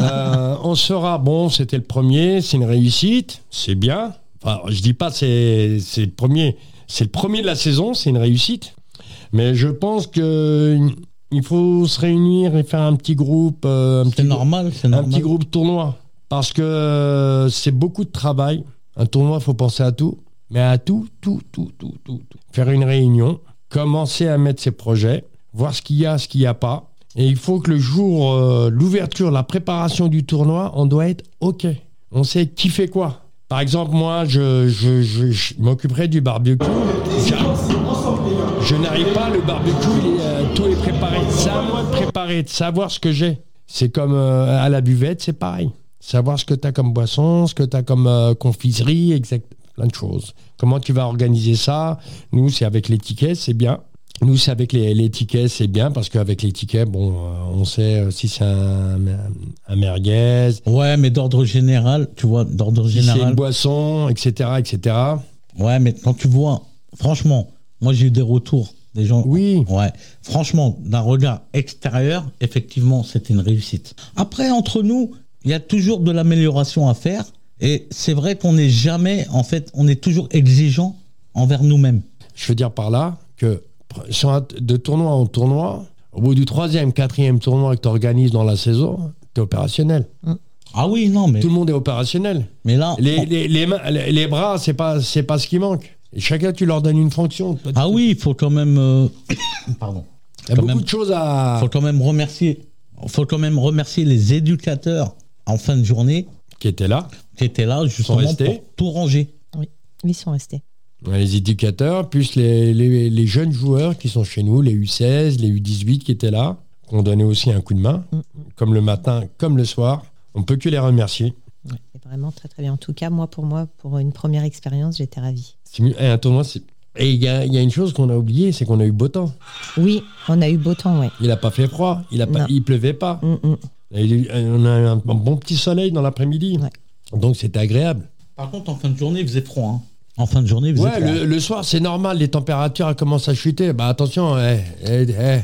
[SPEAKER 2] Euh, on sera, bon, c'était le premier, c'est une réussite, c'est bien. Enfin, je dis pas c'est c'est le premier, c'est le premier de la saison, c'est une réussite. Mais je pense que il faut se réunir et faire un petit groupe, euh, un petit
[SPEAKER 3] C'est
[SPEAKER 2] grou-
[SPEAKER 3] normal, c'est
[SPEAKER 2] un
[SPEAKER 3] normal.
[SPEAKER 2] petit groupe tournoi, parce que euh, c'est beaucoup de travail. Un tournoi, faut penser à tout, mais à tout, tout, tout, tout, tout, tout. Faire une réunion, commencer à mettre ses projets, voir ce qu'il y a, ce qu'il n'y a pas. Et il faut que le jour, euh, l'ouverture, la préparation du tournoi, on doit être OK. On sait qui fait quoi. Par exemple, moi, je, je, je- je m'occuperai du barbecue. Je n'arrive pas, le barbecue, il est, euh, tout est préparé. C'est à moi de préparer, de savoir ce que j'ai. C'est comme euh, à la buvette, c'est pareil. Savoir ce que tu as comme boisson, ce que tu as comme euh, confiserie, exact, plein de choses. Comment tu vas organiser ça Nous, c'est avec les tickets, c'est bien. Nous, c'est avec les, les tickets, c'est bien, parce qu'avec les tickets, bon, euh, on sait euh, si c'est un, un merguez,
[SPEAKER 3] Ouais, mais d'ordre général, tu vois, d'ordre
[SPEAKER 2] si c'est une
[SPEAKER 3] général.
[SPEAKER 2] boisson, etc., etc.
[SPEAKER 3] Ouais, mais quand tu vois, franchement, moi j'ai eu des retours des gens.
[SPEAKER 2] Oui,
[SPEAKER 3] Ouais, franchement, d'un regard extérieur, effectivement, c'était une réussite. Après, entre nous, il y a toujours de l'amélioration à faire. Et c'est vrai qu'on n'est jamais, en fait, on est toujours exigeant envers nous-mêmes.
[SPEAKER 2] je veux dire par là que pr- sur un t- de tournoi en tournoi, au bout du troisième, quatrième tournoi que tu organises dans la saison, tu es opérationnel.
[SPEAKER 3] Ah oui, non, mais,
[SPEAKER 2] Tout le monde est opérationnel.
[SPEAKER 3] mais là.
[SPEAKER 2] Les,
[SPEAKER 3] on-
[SPEAKER 2] les, les, mains- les- les bras, c'est pas, c'est pas ce qui manque. Et chacun, tu leur donnes une fonction. Il
[SPEAKER 3] Ah oui, il faut quand même. euh, Pardon.
[SPEAKER 2] y a
[SPEAKER 3] quand
[SPEAKER 2] beaucoup
[SPEAKER 3] même.
[SPEAKER 2] de choses à.
[SPEAKER 3] faut quand même remercier faut quand même remercier les éducateurs en fin de journée
[SPEAKER 2] qui étaient là.
[SPEAKER 3] qui étaient là justement
[SPEAKER 2] restés.
[SPEAKER 3] pour tout ranger
[SPEAKER 4] Ils sont restés.
[SPEAKER 2] Les éducateurs, plus les, les, les jeunes joueurs qui sont chez nous, les U16, les U18 qui étaient là, qui ont donné aussi un coup de main,
[SPEAKER 4] Mm.
[SPEAKER 2] comme le matin, comme le soir. On peut que les remercier.
[SPEAKER 4] Et vraiment très très bien. En tout cas, moi pour moi, pour une première expérience, j'étais ravie.
[SPEAKER 2] C'est mieux. Eh, un tournoi, c'est- Et il y a, il y a une chose qu'on a oubliée, c'est qu'on a eu beau temps.
[SPEAKER 4] Oui, on a eu beau temps, ouais.
[SPEAKER 2] Il n'a pas fait froid, il a pas,
[SPEAKER 4] Non.
[SPEAKER 2] il pleuvait pas.
[SPEAKER 4] Mm, mm.
[SPEAKER 2] Il y a eu- euh, on a eu un, bon petit soleil dans l'après-midi. Donc c'était agréable.
[SPEAKER 3] Par contre, en fin de journée, il faisait froid. hein. En fin de journée, il faisait
[SPEAKER 2] Ouais,
[SPEAKER 3] froid.
[SPEAKER 2] le, le soir, c'est normal, les températures elles commencent à chuter. Bah attention, eh, eh, eh,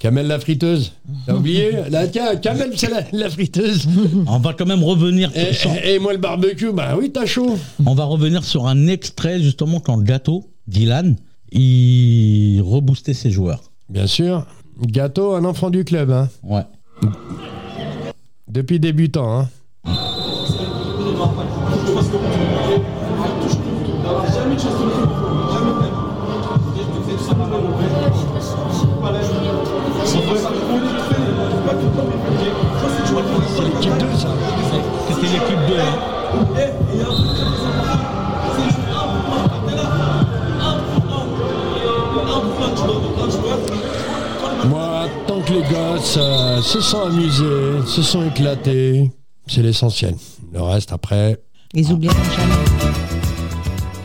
[SPEAKER 2] Kamel la friteuse. T'as oublié Là, tiens, Kamel, c'est la, la friteuse.
[SPEAKER 3] On va quand même revenir
[SPEAKER 2] Et,
[SPEAKER 3] sur,
[SPEAKER 2] et- et moi, le barbecue, bah oui, t'as chaud.
[SPEAKER 3] on va revenir sur un extrait justement quand Gâteau, Dylan, il reboostait ses joueurs.
[SPEAKER 2] Bien sûr. Gâteau, un enfant du club, hein.
[SPEAKER 3] Ouais.
[SPEAKER 2] Depuis débutant, hein. C'est l'équipe 2, ça.
[SPEAKER 3] C'était l'équipe 2.
[SPEAKER 2] Moi, tant que les gosses euh, se sont amusés, se sont éclatés, c'est l'essentiel. Le reste, après,
[SPEAKER 4] Ils
[SPEAKER 3] Ah.
[SPEAKER 4] oublieront jamais.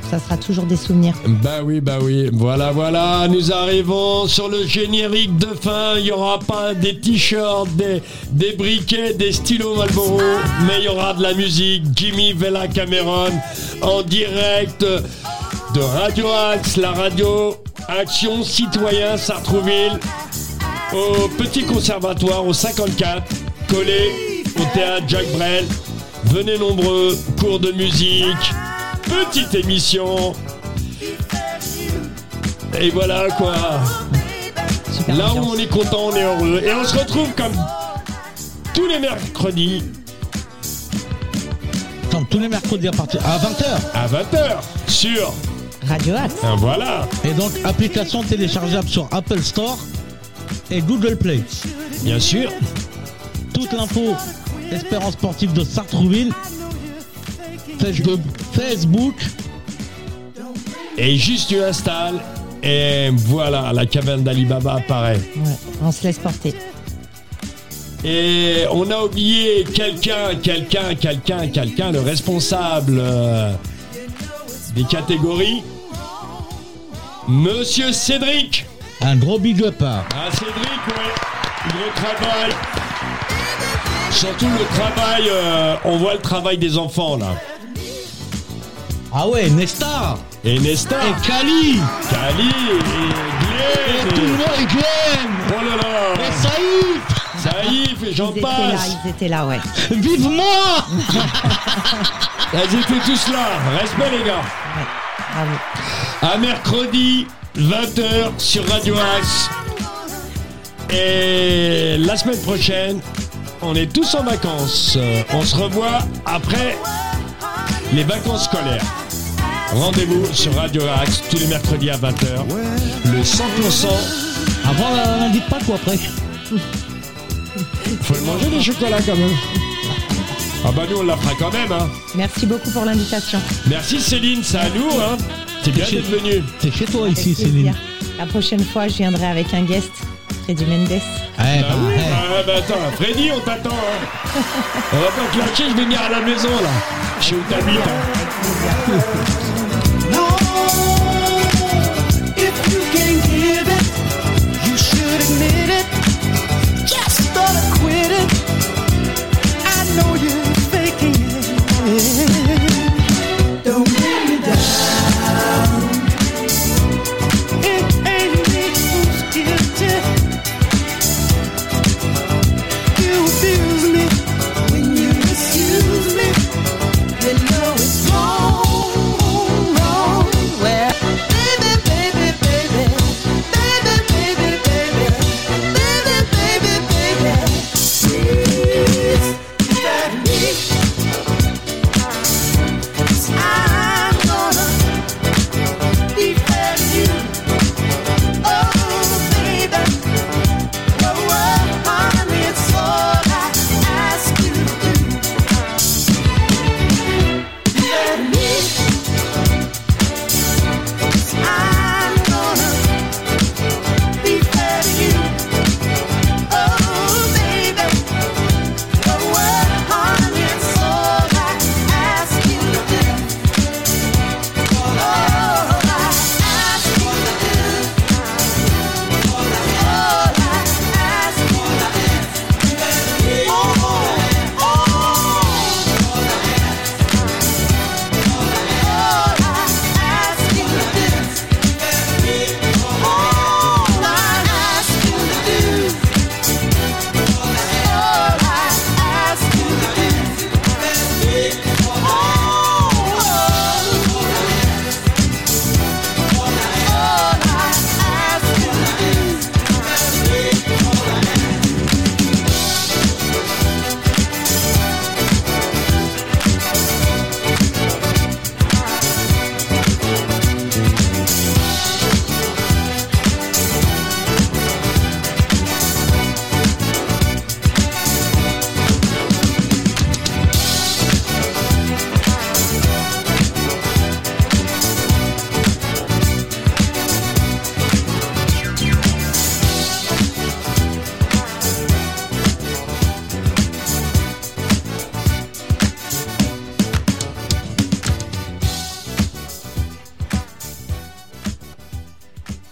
[SPEAKER 4] Ça sera toujours des souvenirs.
[SPEAKER 2] Bah oui, bah oui. Voilà, voilà. Nous arrivons sur le générique de fin. Il n'y aura pas des t-shirts, des, des briquets, des stylos Malboro, mais il y aura de la musique. Jimmy Vella Cameron en direct de Radio Axe, la radio Action Citoyen Sartrouville, au Petit Conservatoire, au 54, collé au théâtre Jacques Brel. Venez nombreux, cours de musique, petite émission. Et voilà quoi.
[SPEAKER 4] Super
[SPEAKER 2] Là où
[SPEAKER 4] ambiance.
[SPEAKER 2] on est content, on est heureux. Et on se retrouve comme tous les mercredis
[SPEAKER 3] tous les mercredis à partir à 20h.
[SPEAKER 2] à 20h sur.
[SPEAKER 4] Radio Axe.
[SPEAKER 2] Hein, Voilà,
[SPEAKER 3] Et donc application téléchargeable sur Apple Store et Google Play.
[SPEAKER 2] bien sûr.
[SPEAKER 3] Toute l'info Espérance sportive de Sartrouville. Facebook, Facebook.
[SPEAKER 2] Et juste tu installes. Et voilà, la caverne d'Alibaba apparaît.
[SPEAKER 4] Ouais, on se laisse porter.
[SPEAKER 2] Et on a oublié quelqu'un, quelqu'un, quelqu'un, quelqu'un, le responsable euh, des catégories. Monsieur Cédric.
[SPEAKER 3] Un gros big up. hein.
[SPEAKER 2] Ah Cédric, ouais. Le travail. Surtout le travail, euh, on voit le travail des enfants là.
[SPEAKER 3] Ah ouais, Nestar
[SPEAKER 2] Et Nesta,
[SPEAKER 3] et Kali
[SPEAKER 2] Kali,
[SPEAKER 3] et
[SPEAKER 2] et
[SPEAKER 3] tout le
[SPEAKER 2] Glenn.
[SPEAKER 3] monde, et Glenn
[SPEAKER 2] Oh là là,
[SPEAKER 3] et Saïf
[SPEAKER 2] Saïf et j'en
[SPEAKER 4] Ils étaient là,
[SPEAKER 2] passe.
[SPEAKER 4] ils étaient là, ouais.
[SPEAKER 3] Vive-moi
[SPEAKER 2] Ils étaient tous là. Respect les gars.
[SPEAKER 4] Bravo.
[SPEAKER 2] À mercredi, 20h sur Radio Axe. Et la semaine prochaine, on est tous en vacances. Euh, On se revoit après les vacances scolaires. Rendez-vous sur Radio Axe tous les mercredis à 20h. Le 100%,
[SPEAKER 3] Avant, euh, on dit pas quoi après.
[SPEAKER 2] faut le manger des chocolats quand même. Ah bah nous on la fera quand même. Hein.
[SPEAKER 4] Merci beaucoup pour l'invitation.
[SPEAKER 2] Merci Céline, c'est à nous. Hein. C'est bien d'être venu.
[SPEAKER 3] C'est chez toi ici,
[SPEAKER 4] Avec plaisir.
[SPEAKER 3] Céline.
[SPEAKER 4] La prochaine fois, je viendrai avec un guest, Freddy Mendes.
[SPEAKER 3] Eh
[SPEAKER 2] Ah
[SPEAKER 3] bah,
[SPEAKER 2] oui,
[SPEAKER 3] eh.
[SPEAKER 2] bah, bah, attends, Freddy, on t'attend. Hein. On va pas te lâcher, je vais venir à la maison là. Je suis où t'habites. hein.